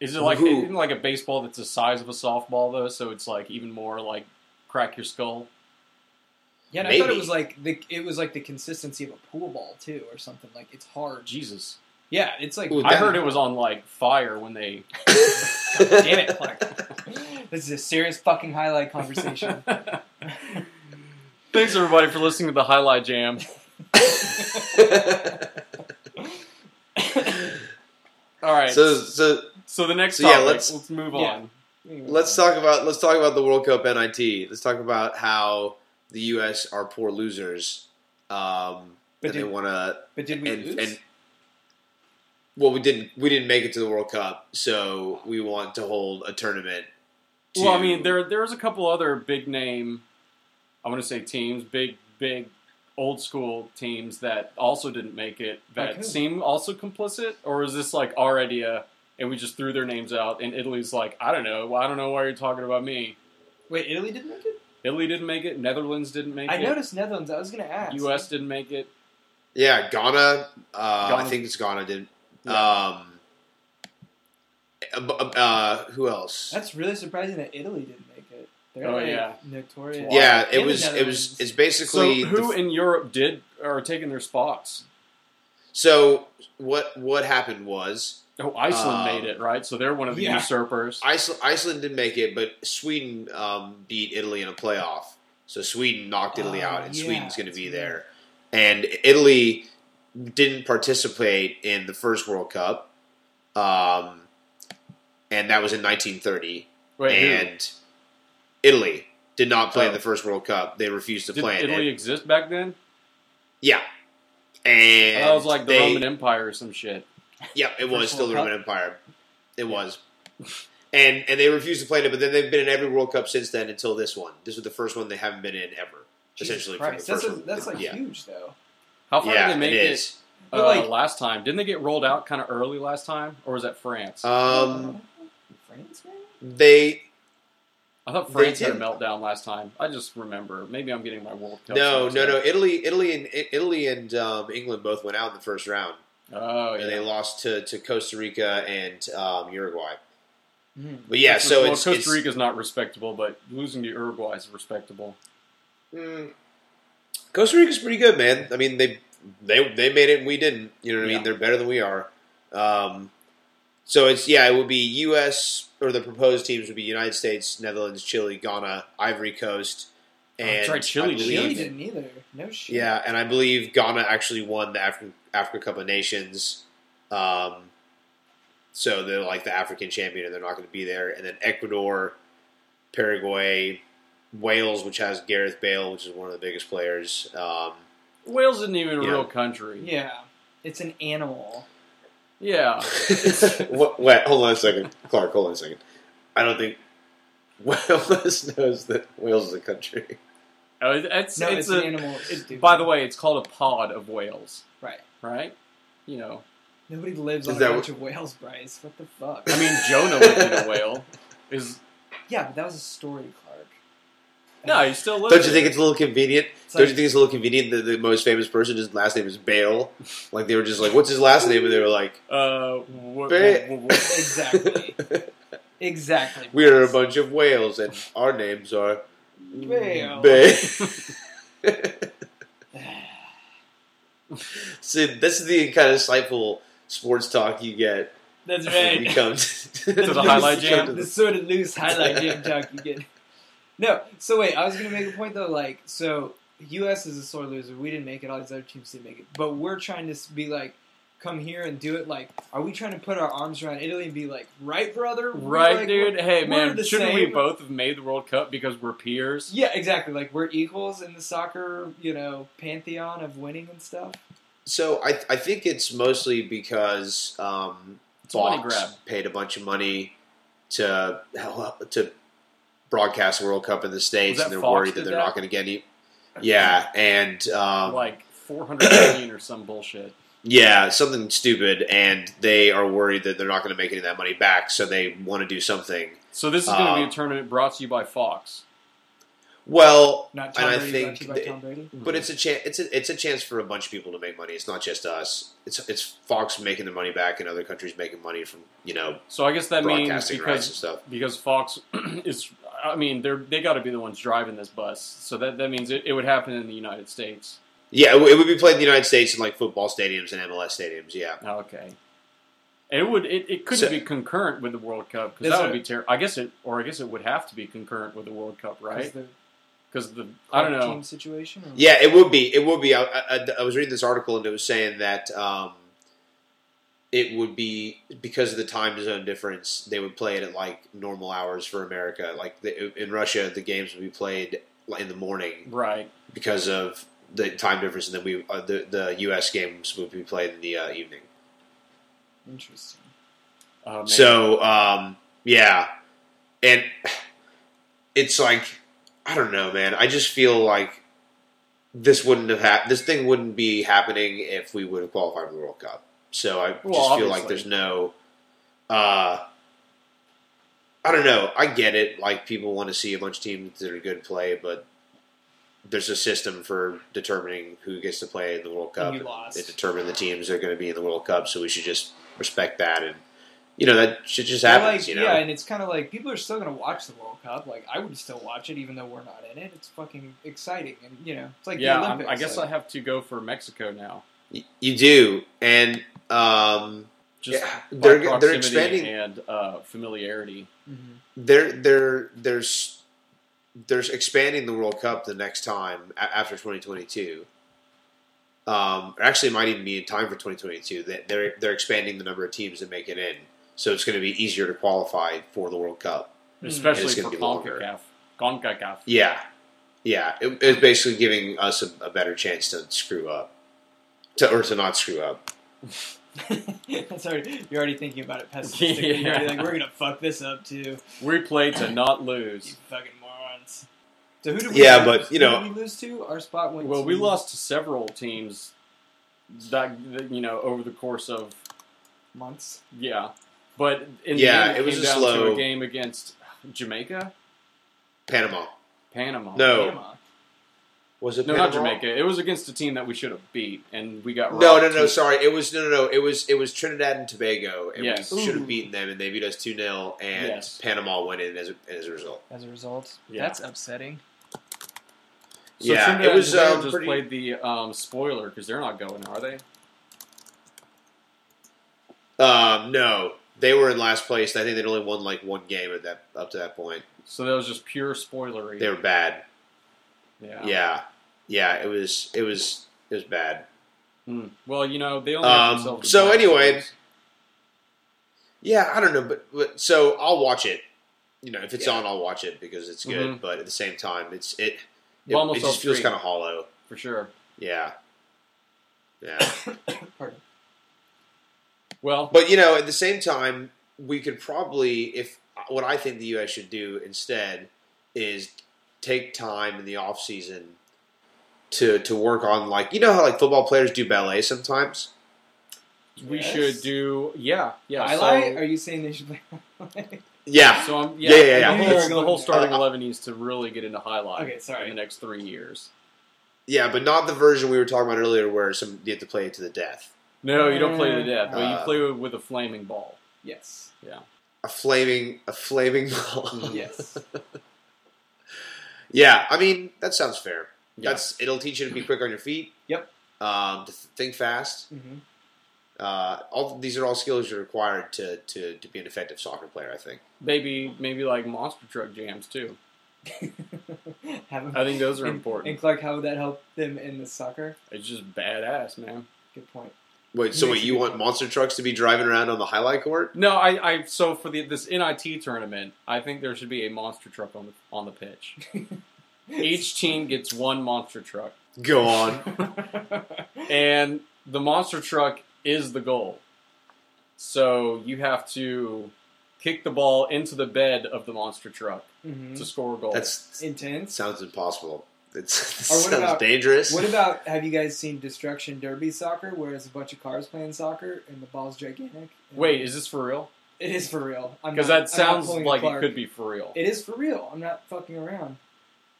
Speaker 1: Is it like
Speaker 2: Who-
Speaker 1: isn't it like a baseball that's the size of a softball though? So it's like even more like crack your skull.
Speaker 3: Yeah, and I thought it
Speaker 2: Maybe.
Speaker 3: was like the it was like the consistency of a pool ball too, or something like it's hard.
Speaker 1: Jesus,
Speaker 3: Yeah, it's like
Speaker 2: Ooh,
Speaker 1: I
Speaker 2: that-
Speaker 1: heard it was on like fire when they
Speaker 2: [LAUGHS]
Speaker 3: damn it, Clark. [LAUGHS] this is a serious fucking highlight
Speaker 1: [LAUGHS]
Speaker 3: conversation.
Speaker 1: Thanks everybody for listening to the Highlight Jam. All right,
Speaker 2: [LAUGHS] so
Speaker 1: so,
Speaker 2: so
Speaker 1: the next
Speaker 2: so yeah,
Speaker 1: topic. let's,
Speaker 2: let's-
Speaker 1: move
Speaker 3: yeah.
Speaker 1: on.
Speaker 2: let's talk about let's talk about the World Cup NIT. Let's talk about how the U.S. are poor losers, um,
Speaker 3: But
Speaker 2: and they
Speaker 3: did-
Speaker 2: want to
Speaker 3: But did we
Speaker 2: and,
Speaker 3: lose?
Speaker 2: and well, we didn't we didn't make it to the World Cup, so we want to hold a tournament. To,
Speaker 1: Well, I mean, there there's a couple other big name, I want to say teams, big big old school teams that also didn't make it that
Speaker 3: Okay.
Speaker 1: seem also complicit, or is this like already a and we just threw their names out and Italy's like I don't know, well, I don't know why you're talking about me.
Speaker 3: Wait, Italy didn't make it.
Speaker 1: Italy didn't make it. Netherlands didn't make
Speaker 3: I
Speaker 1: it.
Speaker 3: noticed Netherlands. I was gonna ask.
Speaker 1: U.S. didn't make it.
Speaker 2: Yeah, Ghana. Uh,
Speaker 1: Ghana.
Speaker 2: I think it's Ghana. Did um, uh, bu- uh, who else?
Speaker 3: That's really surprising that Italy didn't make it. They're
Speaker 1: Oh,
Speaker 3: like
Speaker 1: yeah.
Speaker 3: notorious.
Speaker 2: yeah,
Speaker 3: And
Speaker 2: it
Speaker 3: the
Speaker 2: was. It
Speaker 3: Netherlands.
Speaker 2: was. It's
Speaker 1: So
Speaker 2: basically the
Speaker 1: who in Europe did are taking their spots?
Speaker 2: So what what happened was
Speaker 1: Oh, Iceland
Speaker 2: Um,
Speaker 1: made it, right? So they're one of the
Speaker 3: yeah.
Speaker 1: usurpers.
Speaker 2: Iceland, Iceland didn't make it, but Sweden um, beat Italy in a playoff. So Sweden knocked Italy
Speaker 3: Oh,
Speaker 2: out, and
Speaker 3: yeah,
Speaker 2: Sweden's going to be
Speaker 3: that's
Speaker 2: there. And Italy didn't participate in the first World Cup, um, and that was in 1930.
Speaker 1: Wait, who?
Speaker 2: and Italy did not play
Speaker 1: Oh.
Speaker 2: in the first World Cup; they refused to
Speaker 1: did
Speaker 2: play in
Speaker 1: Italy
Speaker 2: it.
Speaker 1: exist back then?
Speaker 2: Yeah, and
Speaker 1: that was like the
Speaker 2: they-
Speaker 1: Roman Empire or some shit.
Speaker 2: Yeah, it was
Speaker 3: First
Speaker 2: still the
Speaker 3: World
Speaker 2: Roman Empire. It was. And and they refused to play in it, but then they've been in every World Cup since then until this one. This was the first one they haven't been in ever.
Speaker 3: Jesus
Speaker 2: essentially from the
Speaker 3: Christ. that's,
Speaker 2: first
Speaker 3: a-
Speaker 2: one.
Speaker 3: that's like
Speaker 2: Yeah.
Speaker 3: huge though.
Speaker 1: How far
Speaker 2: yeah,
Speaker 1: did they make
Speaker 2: it
Speaker 1: it,
Speaker 2: is.
Speaker 1: uh,
Speaker 3: But, like-
Speaker 1: last time? Didn't they get rolled out kind of early last time, or was that France?
Speaker 2: Um,
Speaker 3: France, man.
Speaker 2: they
Speaker 1: I thought
Speaker 2: they
Speaker 1: France had a
Speaker 2: did.
Speaker 1: meltdown last time. I just remember. Maybe I'm getting my World Cup.
Speaker 2: no
Speaker 1: mixed
Speaker 2: no no
Speaker 1: up.
Speaker 2: Italy Italy and Italy and um, England both went out in the first round.
Speaker 1: Oh yeah.
Speaker 2: And they lost to, to Costa Rica and um, Uruguay.
Speaker 3: Hmm.
Speaker 2: But yeah, so
Speaker 1: well,
Speaker 2: it's,
Speaker 1: Costa
Speaker 2: it's
Speaker 1: Rica's not respectable, but losing to Uruguay is respectable.
Speaker 2: Mm, Costa Rica's pretty good, man. I mean, they they they made it, and we didn't. You know what I
Speaker 1: Yeah.
Speaker 2: mean? They're better than we are. Um, so it's yeah, it would be U.S. or the proposed teams would be United States, Netherlands, Chile, Ghana, Ivory Coast, And
Speaker 1: that's right, Oh, Chile
Speaker 2: I
Speaker 1: did.
Speaker 2: believe-
Speaker 3: Chile didn't either. No shit.
Speaker 2: Yeah, and I believe Ghana actually won the African Africa Cup of Nations. Um, so they're like the African champion, and they're not going to be there. And then Ecuador, Paraguay, Wales, which has Gareth Bale, which is one of the biggest players.
Speaker 3: [LAUGHS]
Speaker 2: Um, [LAUGHS]
Speaker 1: Wales isn't even a
Speaker 2: Yeah.
Speaker 1: real country.
Speaker 3: Yeah. It's an animal.
Speaker 1: Yeah.
Speaker 2: what, wait, hold on a second, Clark. Hold on a second. I don't think [LAUGHS] Wales knows that Wales is a country.
Speaker 1: Oh, it- it's,
Speaker 3: No,
Speaker 1: it's,
Speaker 3: it's,
Speaker 1: a,
Speaker 3: an animal. It's
Speaker 1: it-
Speaker 3: stupid.
Speaker 1: by the way, it's called a pod of whales,
Speaker 3: Right.
Speaker 1: right? You know,
Speaker 3: Nobody lives
Speaker 2: Is
Speaker 3: on a
Speaker 2: that
Speaker 3: bunch of whales, Bryce. What the
Speaker 2: [LAUGHS]
Speaker 3: fuck?
Speaker 1: I mean, Jonah lived in a
Speaker 3: [LAUGHS]
Speaker 1: whale. Is
Speaker 3: yeah, but that was a story, Clark.
Speaker 1: no, he still lives.
Speaker 2: Don't you think it's a little convenient?
Speaker 3: It's
Speaker 2: Don't
Speaker 3: like,
Speaker 2: you think it's a little convenient that the most famous person, his last name is Bale? Like they were just like, "What's his last name?" And they were like,
Speaker 1: Uh, wh-
Speaker 2: Ba-
Speaker 1: wh- wh-
Speaker 3: Exactly.
Speaker 2: [LAUGHS]
Speaker 3: exactly.
Speaker 2: "We are a bunch of whales, and our names are
Speaker 1: [LAUGHS]
Speaker 3: Whale.
Speaker 2: Bale." [LAUGHS] See, this is the kind of insightful sports talk you get
Speaker 3: That's
Speaker 2: when you
Speaker 1: [LAUGHS]
Speaker 3: right.
Speaker 2: come to,
Speaker 1: the
Speaker 2: [LAUGHS]
Speaker 1: highlight jam?
Speaker 3: the sort of loose highlight jam talk you get. No, so wait, I was gonna make a point though. Like, so U.S. is a sore loser. We didn't make it. All these other teams didn't make it. But we're trying to s- be like, come here and do it. Like, are we trying to put our arms around Italy and be like, right, brother? We're
Speaker 1: right,
Speaker 3: like-
Speaker 1: dude. Hey,
Speaker 3: we're
Speaker 1: man,
Speaker 3: the
Speaker 1: shouldn't we
Speaker 3: same.
Speaker 1: both have made the World Cup because we're peers?
Speaker 3: Yeah, exactly. Like we're equals in the soccer, you know, pantheon of winning and stuff.
Speaker 2: So I, I think it's mostly because um,
Speaker 1: a money
Speaker 2: Fox
Speaker 1: grab.
Speaker 2: paid a bunch of money to help, to broadcast the World Cup in the states,
Speaker 1: that
Speaker 2: and they're
Speaker 1: Fox
Speaker 2: worried that
Speaker 1: did
Speaker 2: they're
Speaker 1: that?
Speaker 2: not going to get any. Yeah, and um,
Speaker 1: Like four hundred million or some bullshit.
Speaker 2: yeah, something stupid, and they are worried that they're not going to make any of that money back, so they want to do something.
Speaker 1: So this is going to be
Speaker 2: Um,
Speaker 1: a tournament brought to you by Fox.
Speaker 2: Well,
Speaker 3: Not Tom
Speaker 2: and I
Speaker 3: Brady,
Speaker 2: think
Speaker 3: lucky by
Speaker 2: that-
Speaker 3: Tom Brady.
Speaker 2: But it's a chance. It's a, it's a chance for a bunch of people to make money. It's not just us. It's it's Fox making their money back, and other countries making money from you know
Speaker 1: so I guess that means
Speaker 2: broadcasting rights
Speaker 1: because
Speaker 2: and stuff.
Speaker 1: because Fox [CLEARS THROAT] is. I mean, they're they got to be the ones driving this bus. So that that means it, it would happen in the United States.
Speaker 2: Yeah, it, w- it would be played in the United States in like football stadiums and MLS stadiums. Yeah,
Speaker 1: Okay. It would. It, it couldn't
Speaker 2: So-
Speaker 1: be concurrent with the World Cup because
Speaker 3: That's
Speaker 1: that would
Speaker 3: right.
Speaker 1: be terrible. I guess it, or I guess it would have to be concurrent with the World Cup,
Speaker 3: 'Cause
Speaker 1: right?
Speaker 3: the
Speaker 1: Because the I don't know.
Speaker 3: team situation. Or
Speaker 2: yeah, it would be. It would be. I, I, I was reading this article and it was saying that um, it would be because of the time zone difference. They would play it at like normal hours for America. Like the, in Russia, the games would be played like, in the morning
Speaker 1: Right.
Speaker 2: because of the time difference, and then we uh, the the U.S. games would be played in the uh, evening.
Speaker 3: Interesting.
Speaker 1: Uh, man.
Speaker 2: So um, yeah, and it's like I don't know, man. I just feel like this wouldn't have happened. This thing wouldn't be happening if we would have qualified for the World Cup. So I
Speaker 1: Well,
Speaker 2: just feel
Speaker 1: obviously.
Speaker 2: like there's no. Uh, I don't know. I get it. Like people want to see a bunch of teams that are good play, but there's a system for determining who gets to play in the World Cup.
Speaker 3: And we lost.
Speaker 2: It determines the teams that are going to be in the World Cup, so we should just respect that and you know that shit just
Speaker 3: Well,
Speaker 2: happens.
Speaker 3: like,
Speaker 2: you know,
Speaker 3: Yeah, and it's kind of like people are still going to watch the World Cup. Like I would still watch it, even though we're not in it. It's fucking exciting, and you know, it's like
Speaker 1: yeah,
Speaker 3: the
Speaker 1: I'm-
Speaker 3: Olympics.
Speaker 1: I guess
Speaker 3: [LAUGHS] like,
Speaker 1: I have to go for Mexico now.
Speaker 2: Y- you do, and um,
Speaker 1: Just
Speaker 2: Yeah,
Speaker 1: by
Speaker 2: they're- they're
Speaker 1: proximity
Speaker 2: expanding-
Speaker 1: and uh, familiarity.
Speaker 3: [LAUGHS] Mhm.
Speaker 2: they're they're there's there's expanding the World Cup the next time a- after 2022. Um, or actually, it might even be in time for 2022. That they're they're expanding the number of teams that make it in, so it's going to be easier to qualify for the World Cup.
Speaker 3: Hmm.
Speaker 1: especially
Speaker 2: It's
Speaker 1: for
Speaker 2: gonna be longer.
Speaker 1: CONCACAF. CONCACAF.
Speaker 2: Yeah, yeah. It, it's basically giving us a, a better chance to screw up, to or to not screw up.
Speaker 3: That's already you're already
Speaker 1: [LAUGHS]
Speaker 3: thinking about it pessimistically. You're already
Speaker 1: Yeah.
Speaker 3: like we're gonna fuck this up too.
Speaker 1: We play to not
Speaker 3: You
Speaker 1: lose.
Speaker 3: fucking morons. So who did we
Speaker 2: Yeah,
Speaker 3: lose?
Speaker 2: but, you
Speaker 3: Who
Speaker 2: know-
Speaker 3: did we lose to our spot went.
Speaker 1: Well,
Speaker 3: to-
Speaker 1: we lost to several teams that that, you know over the course of
Speaker 3: months.
Speaker 1: yeah, but in
Speaker 2: Yeah,
Speaker 1: the end, it,
Speaker 2: it was
Speaker 1: came
Speaker 2: a
Speaker 1: down to
Speaker 2: slow-
Speaker 1: a game against Jamaica,
Speaker 2: Panama
Speaker 1: Panama.
Speaker 2: No. Oh.
Speaker 3: Panama.
Speaker 2: was it?
Speaker 1: No, not
Speaker 2: Panama?
Speaker 1: Jamaica. It was against a team that we should have beat, and we got
Speaker 2: No, no,
Speaker 1: rocked
Speaker 2: no.
Speaker 1: two-
Speaker 2: Sorry, it was no, no, no. It was it was Trinidad and Tobago, and
Speaker 1: Yes.
Speaker 2: we should
Speaker 3: Ooh.
Speaker 2: have beaten them, and they beat us two 0 and
Speaker 1: Yes.
Speaker 2: Panama went in as a, as a result.
Speaker 3: As a result,
Speaker 1: Yeah.
Speaker 3: that's upsetting.
Speaker 1: So
Speaker 2: yeah,
Speaker 1: Trinidad
Speaker 2: it was,
Speaker 1: and Tobago
Speaker 2: um,
Speaker 1: just
Speaker 2: pretty-
Speaker 1: played the um, spoiler because they're not going, are they?
Speaker 2: Um, no, they were in last place. and I think they'd only won like one game at that up to that point.
Speaker 1: So that was just pure spoilery.
Speaker 2: They were bad.
Speaker 1: Yeah.
Speaker 2: Yeah, yeah. It was it was it was bad.
Speaker 1: Hmm. Well, you know, they only have
Speaker 2: Um,
Speaker 1: themselves to
Speaker 2: so
Speaker 1: blame.
Speaker 2: anyway, Yeah, I don't know, but, but so I'll watch it. You know, if it's
Speaker 3: Yeah.
Speaker 2: on, I'll watch it because it's good.
Speaker 1: Mhm.
Speaker 2: But at the same time, it's it it,
Speaker 1: Bomb
Speaker 2: it
Speaker 1: yourself
Speaker 2: just feels
Speaker 1: free.
Speaker 2: kind of hollow.
Speaker 1: for sure.
Speaker 2: Yeah, yeah.
Speaker 3: Pardon.
Speaker 1: Well,
Speaker 2: But you know, at the same time, we could probably, if uh, what I think the U.S. should do instead is take time in the off season to to work on like you know how like football players do ballet sometimes.
Speaker 1: we
Speaker 3: Yes.
Speaker 1: should do. Yeah, yeah.
Speaker 3: Highlight?
Speaker 1: so-
Speaker 3: Are you saying they should play? [LAUGHS] highlight?
Speaker 2: Yeah,
Speaker 1: So I'm,
Speaker 2: Yeah, yeah, yeah.
Speaker 1: I think it's-
Speaker 3: Yeah.
Speaker 1: the whole starting
Speaker 2: Uh,
Speaker 1: eleven needs to really get into highlight
Speaker 3: Okay, sorry.
Speaker 1: in the next three years.
Speaker 2: yeah, but not the version we were talking about earlier where some you have to play it to the death.
Speaker 1: No, you don't play to death, but you
Speaker 2: Uh,
Speaker 1: play with a flaming ball.
Speaker 3: yes.
Speaker 2: A flaming, a flaming [LAUGHS] ball.
Speaker 3: Yes.
Speaker 2: yeah, I mean that sounds fair.
Speaker 1: Yeah.
Speaker 2: That's it'll teach you to be quick on your feet.
Speaker 3: Yep.
Speaker 2: Um, to th- think fast.
Speaker 3: hmm
Speaker 2: Uh, all these are all skills you're required to, to to be an effective soccer player. I think.
Speaker 1: Maybe maybe like monster truck jams too.
Speaker 3: [LAUGHS] Have them.
Speaker 1: I think those are
Speaker 3: And- And
Speaker 1: important.
Speaker 3: Clark, how would that help them in the soccer?
Speaker 1: It's just badass, man.
Speaker 3: Good point.
Speaker 2: Wait, so
Speaker 3: Makes
Speaker 2: wait,
Speaker 3: a
Speaker 2: you
Speaker 3: good
Speaker 2: want monster trucks to be driving around on the highlight court?
Speaker 1: No, I, I so for the this NIT tournament, I think there should be a monster truck on the on the pitch.
Speaker 3: [LAUGHS]
Speaker 1: Each team gets one monster truck,
Speaker 2: Go on.
Speaker 1: and the monster truck is the goal. So you have to kick the ball into the bed of the monster truck
Speaker 3: Mhm.
Speaker 1: to score a goal.
Speaker 2: That's that
Speaker 3: Intense.
Speaker 2: sounds impossible. It's, [LAUGHS] that
Speaker 3: Or what
Speaker 2: sounds
Speaker 3: about-
Speaker 2: dangerous.
Speaker 3: What about have you guys seen Destruction Derby Soccer, where it's a bunch of cars playing soccer and the ball's gigantic? And-
Speaker 1: Wait, is this for real?
Speaker 3: it is for real. I'm
Speaker 1: Because
Speaker 3: not-
Speaker 1: that
Speaker 3: I'm not
Speaker 1: sounds
Speaker 3: pulling
Speaker 1: like it
Speaker 3: Clark.
Speaker 1: could be for real.
Speaker 3: It is for real. I'm not fucking around.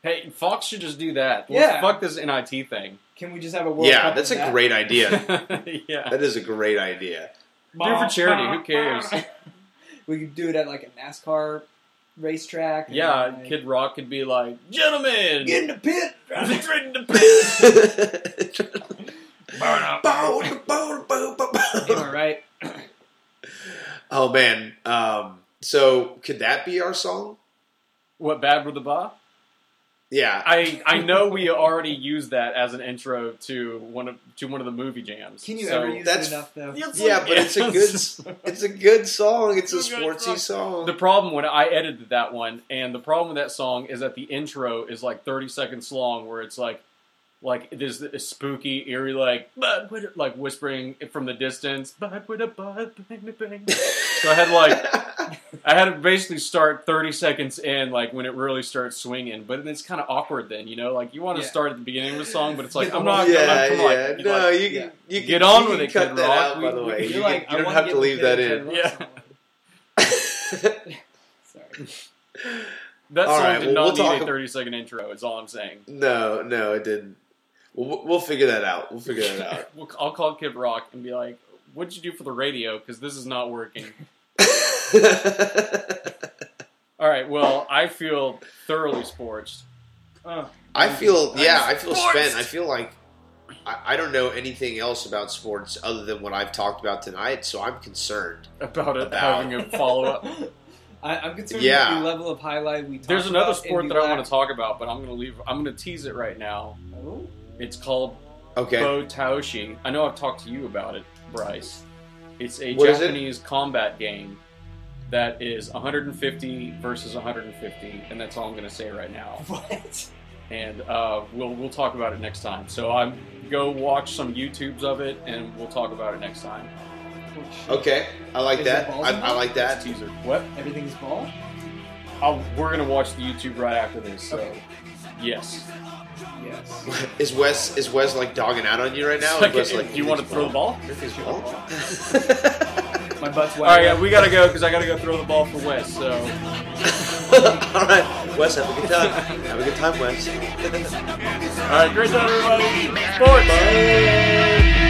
Speaker 1: Hey, Fox should just do that. Let's
Speaker 3: Yeah.
Speaker 1: Fuck this NIT thing.
Speaker 3: Can we just have a World
Speaker 2: yeah,
Speaker 3: Cup
Speaker 2: that's a
Speaker 3: of that? [LAUGHS]
Speaker 2: great idea.
Speaker 1: [LAUGHS] yeah.
Speaker 2: that is a great idea. [LAUGHS]
Speaker 1: Do it for charity. Who cares?
Speaker 3: [LAUGHS] we could do it at like a NASCAR racetrack. and,
Speaker 1: Yeah,
Speaker 3: like,
Speaker 1: Kid Rock could be like, gentlemen,
Speaker 3: Get
Speaker 1: [LAUGHS]
Speaker 3: in the pit.
Speaker 1: in the
Speaker 3: Am I right?
Speaker 2: oh man. Um, so could that be our song?
Speaker 1: What bad with the ba?
Speaker 2: Yeah.
Speaker 1: I I know we already used that as an intro to one of to one of the movie jams.
Speaker 3: Can you
Speaker 1: so-
Speaker 3: ever use
Speaker 2: that's-
Speaker 3: it enough though?
Speaker 1: It's
Speaker 2: Yeah,
Speaker 1: like-
Speaker 2: but it's a good It's a good song. It's a
Speaker 1: It's a good
Speaker 2: sportsy
Speaker 1: The
Speaker 2: song.
Speaker 1: problem when I edited that one, and the problem with that song is that the intro is like 30 seconds long, where it's like, like there's this spooky, eerie, like, "Bud, wada," like whispering from the distance. "Bud, wada, bud, bang, bang, bang." So I had like,
Speaker 2: [LAUGHS]
Speaker 1: I had to basically start 30 seconds in, like when it really starts swinging. But it's kind of awkward then, you know, like you want to
Speaker 3: Yeah.
Speaker 1: start at the beginning of a song, but it's like,
Speaker 3: Get the
Speaker 1: I'm not, I'm
Speaker 3: whole-
Speaker 2: yeah,
Speaker 1: not- come on.
Speaker 2: yeah.
Speaker 1: You'd,
Speaker 2: No,
Speaker 1: like-
Speaker 2: you,
Speaker 3: yeah.
Speaker 2: can you
Speaker 1: Get
Speaker 2: can-
Speaker 1: on
Speaker 2: you
Speaker 1: with
Speaker 2: can
Speaker 1: it,
Speaker 2: cut
Speaker 1: Kid
Speaker 2: that
Speaker 1: Rock.
Speaker 2: out.
Speaker 1: We-
Speaker 2: by the
Speaker 1: we-
Speaker 2: way,
Speaker 1: you're
Speaker 2: you, can-
Speaker 3: like,
Speaker 2: you
Speaker 3: I
Speaker 2: don't
Speaker 3: wanna
Speaker 2: have
Speaker 3: get
Speaker 2: to
Speaker 3: in the
Speaker 2: leave that
Speaker 3: pit
Speaker 2: in.
Speaker 1: Yeah.
Speaker 3: and
Speaker 2: [LAUGHS]
Speaker 3: turn Sorry.
Speaker 1: That
Speaker 2: All
Speaker 1: song
Speaker 2: right,
Speaker 1: did
Speaker 2: well,
Speaker 1: not
Speaker 2: we'll
Speaker 1: need
Speaker 2: talk-
Speaker 1: a 30 second intro, is all I'm saying.
Speaker 2: No, no, it didn't. We'll, we'll figure that out. We'll figure
Speaker 1: [LAUGHS]
Speaker 2: that out. [LAUGHS]
Speaker 1: We'll- I'll call Kid Rock and be like, "What'd you do for the radio? Because this is not working." All right. Well, I feel thoroughly scorched.
Speaker 3: Oh,
Speaker 2: I feel, yeah, I feel
Speaker 1: Sports.
Speaker 2: spent. I feel like I, I don't know anything else about sports other than what I've talked about tonight, so I'm concerned.
Speaker 1: about it
Speaker 2: About-
Speaker 1: having a follow
Speaker 2: [LAUGHS]
Speaker 1: up.
Speaker 3: Oh. [LAUGHS] I, I'm concerned
Speaker 2: Yeah.
Speaker 3: with the level of highlight we. Talked
Speaker 1: There's another
Speaker 3: about
Speaker 1: sport
Speaker 3: and
Speaker 1: that
Speaker 3: the
Speaker 1: I
Speaker 3: lack-
Speaker 1: want to talk about, but I'm gonna leave. I'm gonna tease it right now.
Speaker 3: Oh, [LAUGHS]
Speaker 1: It's called
Speaker 2: Okay.
Speaker 1: Bo Taoshi. I know I've talked to you about it, Bryce. It's a
Speaker 2: What is it?
Speaker 1: Japanese combat game that is 150 versus 150, and that's all I'm gonna say right now.
Speaker 3: what?
Speaker 1: and uh, we'll we'll talk about it next time. So I'm go watch some YouTubes of it, and we'll talk about it next time.
Speaker 3: Holy shit.
Speaker 2: Okay. I like
Speaker 3: Is
Speaker 2: that.
Speaker 3: it balls
Speaker 2: I,
Speaker 3: in
Speaker 2: I
Speaker 3: it?
Speaker 2: like that.
Speaker 1: teaser. What?
Speaker 3: Everything's ball.
Speaker 1: I'll, we're gonna watch the YouTube right after this. So
Speaker 3: Okay.
Speaker 1: yes.
Speaker 2: [LAUGHS]
Speaker 3: Yes.
Speaker 2: Is Wes is Wes like dogging out on you right now?
Speaker 1: It's like,
Speaker 2: Is Wes,
Speaker 1: "Hey, do you want to throw the ball?
Speaker 2: Everything's
Speaker 3: Shoot
Speaker 2: wrong?
Speaker 3: My butt's
Speaker 1: All
Speaker 3: wet.
Speaker 1: right, yeah, we gotta go because I gotta go throw the ball for Wes. So.
Speaker 2: [LAUGHS] All right, Wes, have a good time. Have a good time, Wes.
Speaker 1: All right, great time, everybody. Sports.